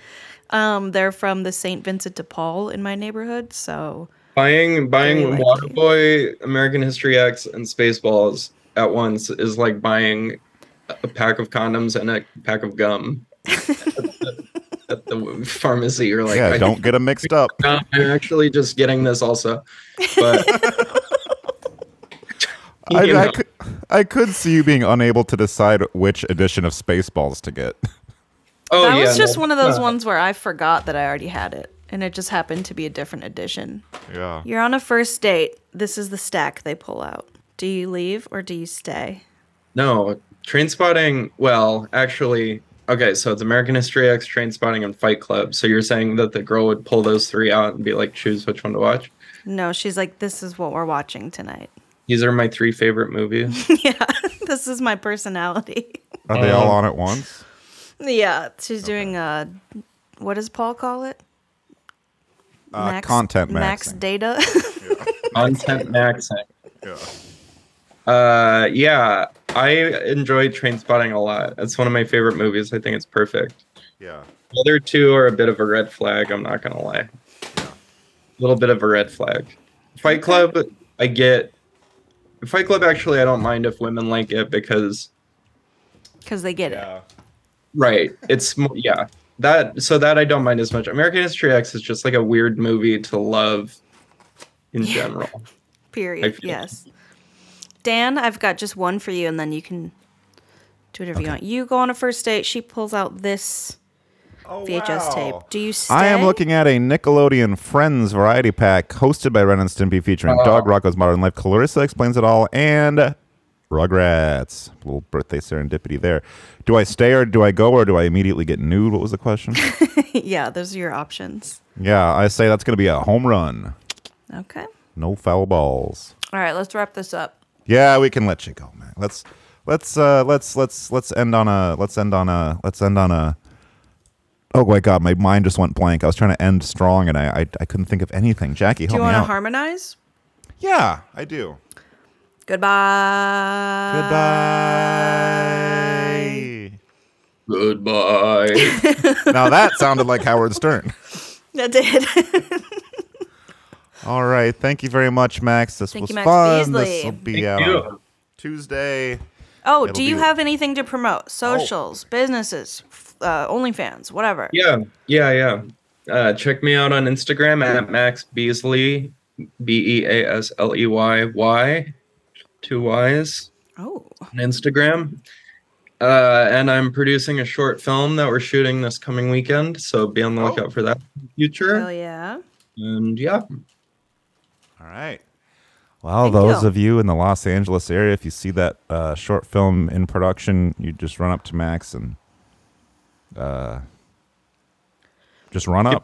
C: Um, they're from the St. Vincent de Paul in my neighborhood, so
I: buying buying
C: Very likely.
I: Waterboy, American History X, and Spaceballs at once is like buying a pack of condoms and a pack of gum at the, at the pharmacy. You're like,
B: yeah.
I: I,
B: Don't get them mixed up.
I: am actually just getting this also, but. You
B: I, I,
I: know,
B: could, I could see you being unable to decide which edition of Spaceballs to get.
I: oh,
C: that was
I: yeah,
C: just
I: no,
C: one of those
B: Uh-huh.
I: uh,
C: ones where I forgot that I already had it, and it just happened to be a different edition.
B: Yeah.
C: You're on a first date. This is the stack they pull out. Do you leave or do you stay?
I: No, train spotting. Well, actually, okay, so it's American History X, train spotting, and Fight Club. So you're saying that the girl would pull those three out and be like, choose which one to watch?
C: No, she's like, this is what we're watching tonight.
I: These are my three favorite movies.
C: yeah, this is my personality.
B: Are they
C: Um,
B: all on at once?
C: yeah, she's doing uh, what does Paul call it?
B: Uh, content
C: max
B: maxing.
C: data.
I: Content maxing. Yeah. Uh, yeah, I enjoy Train Spotting a lot. It's one of my favorite movies. I think it's perfect.
B: Yeah.
I: The other two are a bit of a red flag. I'm not gonna lie. A little bit of a red flag. Fight Club, I get. Fight Club, actually, I don't mind if women like it because
C: because they get it.
I: Right. It's mo- yeah. That so that I don't mind as much. American History X is just like a weird movie to love in general. I
C: Period.
I: feel-
C: Yes. Dan, I've got just one for you, and then you can do whatever you want. You go on a first date. She pulls out this VHS tape. Do you stay?
B: Oh, I am looking at a Nickelodeon Friends variety pack hosted by Ren and Stimpy featuring Dog Rocco's Modern Life. Clarissa explains it all and Rugrats. Little birthday serendipity there. Do I stay or do I go or do I immediately get nude? What was the question?
C: yeah, those are your options.
B: yeah, I say that's going to be a home run.
C: Okay.
B: No foul balls.
C: All right, let's wrap this up.
B: Yeah, we can let you go, man. Let's let's uh let's let's let's end on a let's end on a let's end on a Oh my god, my mind just went blank. I was trying to end strong and I I, I couldn't think of anything. Jackie,
C: Do
B: help
C: you
B: me
C: want to
B: out.
C: harmonize?
B: Yeah, I do.
C: Goodbye.
B: Goodbye.
I: Goodbye.
B: now that sounded like Howard Stern.
C: That did.
B: All right, thank you very much, Max. This
C: Thank
B: was
C: you, Max
B: fun.
C: Beasley.
B: This will be out on Tuesday.
C: oh,
B: It'll
C: do you
B: be- Oh.
C: have anything to promote? Socials, businesses, f- uh, OnlyFans, whatever.
I: yeah, yeah, yeah. Uh, check me out on Instagram at Max Beasley, B E A S L E Y Y, two Y's.
C: Oh,
I: on Instagram. Uh, and I'm producing a short film that we're shooting this coming weekend, so be on the lookout for that in the future.
C: hell yeah.
I: And yeah,
B: All right. Well,
C: Thank
B: those
C: you.
B: of you in the Los Angeles area, if you see that uh, short film in production, you just run up to Max and uh, just run up.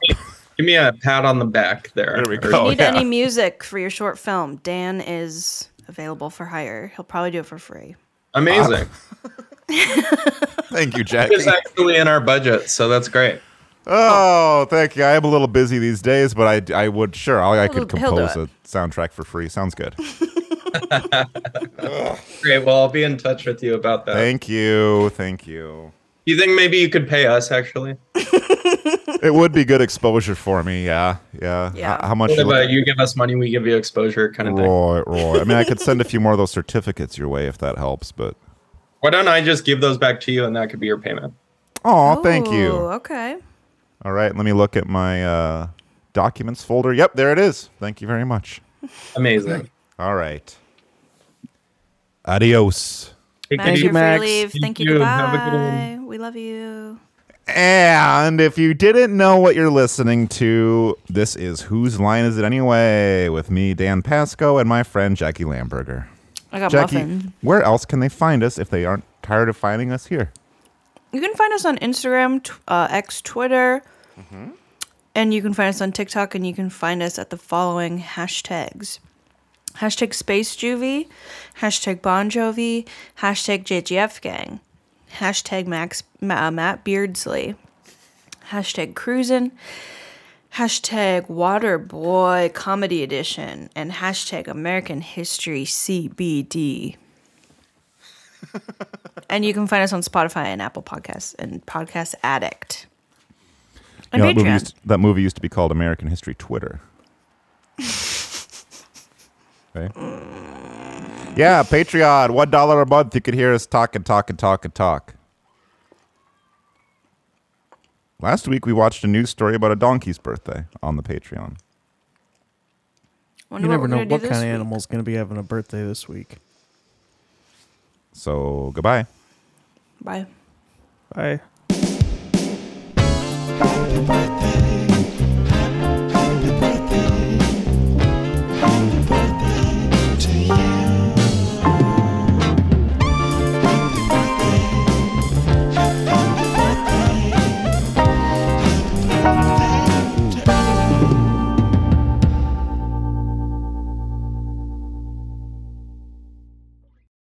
I: give me a pat on the back there.
B: There we
I: Or-
B: go. Oh,
C: Need
B: yeah.
C: any music for your short film? Dan is available for hire. He'll probably do it for free.
I: Amazing.
B: Thank you, Jack.
I: It's actually in our budget, so that's great.
B: Oh, thank you. I am a little busy these days, but I, I would sure I, I could
C: He'll do- he'll do
B: compose a soundtrack for free. Sounds good.
I: Uh, Great. Well, I'll be in touch with you about that.
B: thank you, thank you.
I: You think maybe you could pay us actually?
B: it would be good exposure for me. Yeah, yeah.
C: Yeah.
B: H- How much?
I: What
B: you look-
I: about you give us money, we give you exposure kind of thing?
B: Roy, Roy. I mean, I could send a few more of those certificates your way if that helps. But
I: Why don't I just give those back to you and that could be your payment?
B: oh, thank you.
C: Okay.
B: All right, let me look at my uh, documents folder. Yep, there it is. Thank you very much.
I: Amazing.
B: All right. Adios.
I: Hey,
C: Thank
I: kitty.
D: you,
C: you,
D: Max.
C: for your leave.
I: Thank
C: Thank
I: you.
C: you.
I: Have a good
C: Goodbye. We love you.
B: And if you didn't know what you're listening to, this is Whose Line Is It Anyway? with me, Dan Pasco, and my friend Jackie Lamberger.
C: I got
B: Jackie,
C: muffin.
B: where else can they find us if they aren't tired of finding us here?
C: You can find us on Instagram, tw- uh, X, Twitter, and you can find us on TikTok, and you can find us at the following hashtags. Hashtag Space Juvie, hashtag Bon Jovi, hashtag JGF Gang, hashtag Max, Ma- uh, Matt Beardsley, hashtag Cruisin', hashtag Waterboy Comedy Edition, and hashtag American History CBD. And you can find us on Spotify and Apple Podcasts and Podcast Addict.
B: You
C: And
B: know, that, movie
C: Patreon.
B: used that movie used to be called American History Twitter. right? Yeah, Patreon, one dollar a month. You could hear us talk and talk and talk and talk. Last week we watched a news story about a donkey's birthday on the Patreon.
C: Wonder
D: You never
C: we're
D: know
C: gonna do
D: what
C: this
D: kind of
C: week.
D: animal's going to be having a birthday this week.
B: So goodbye.
C: Bye.
D: Bye.
J: Bye.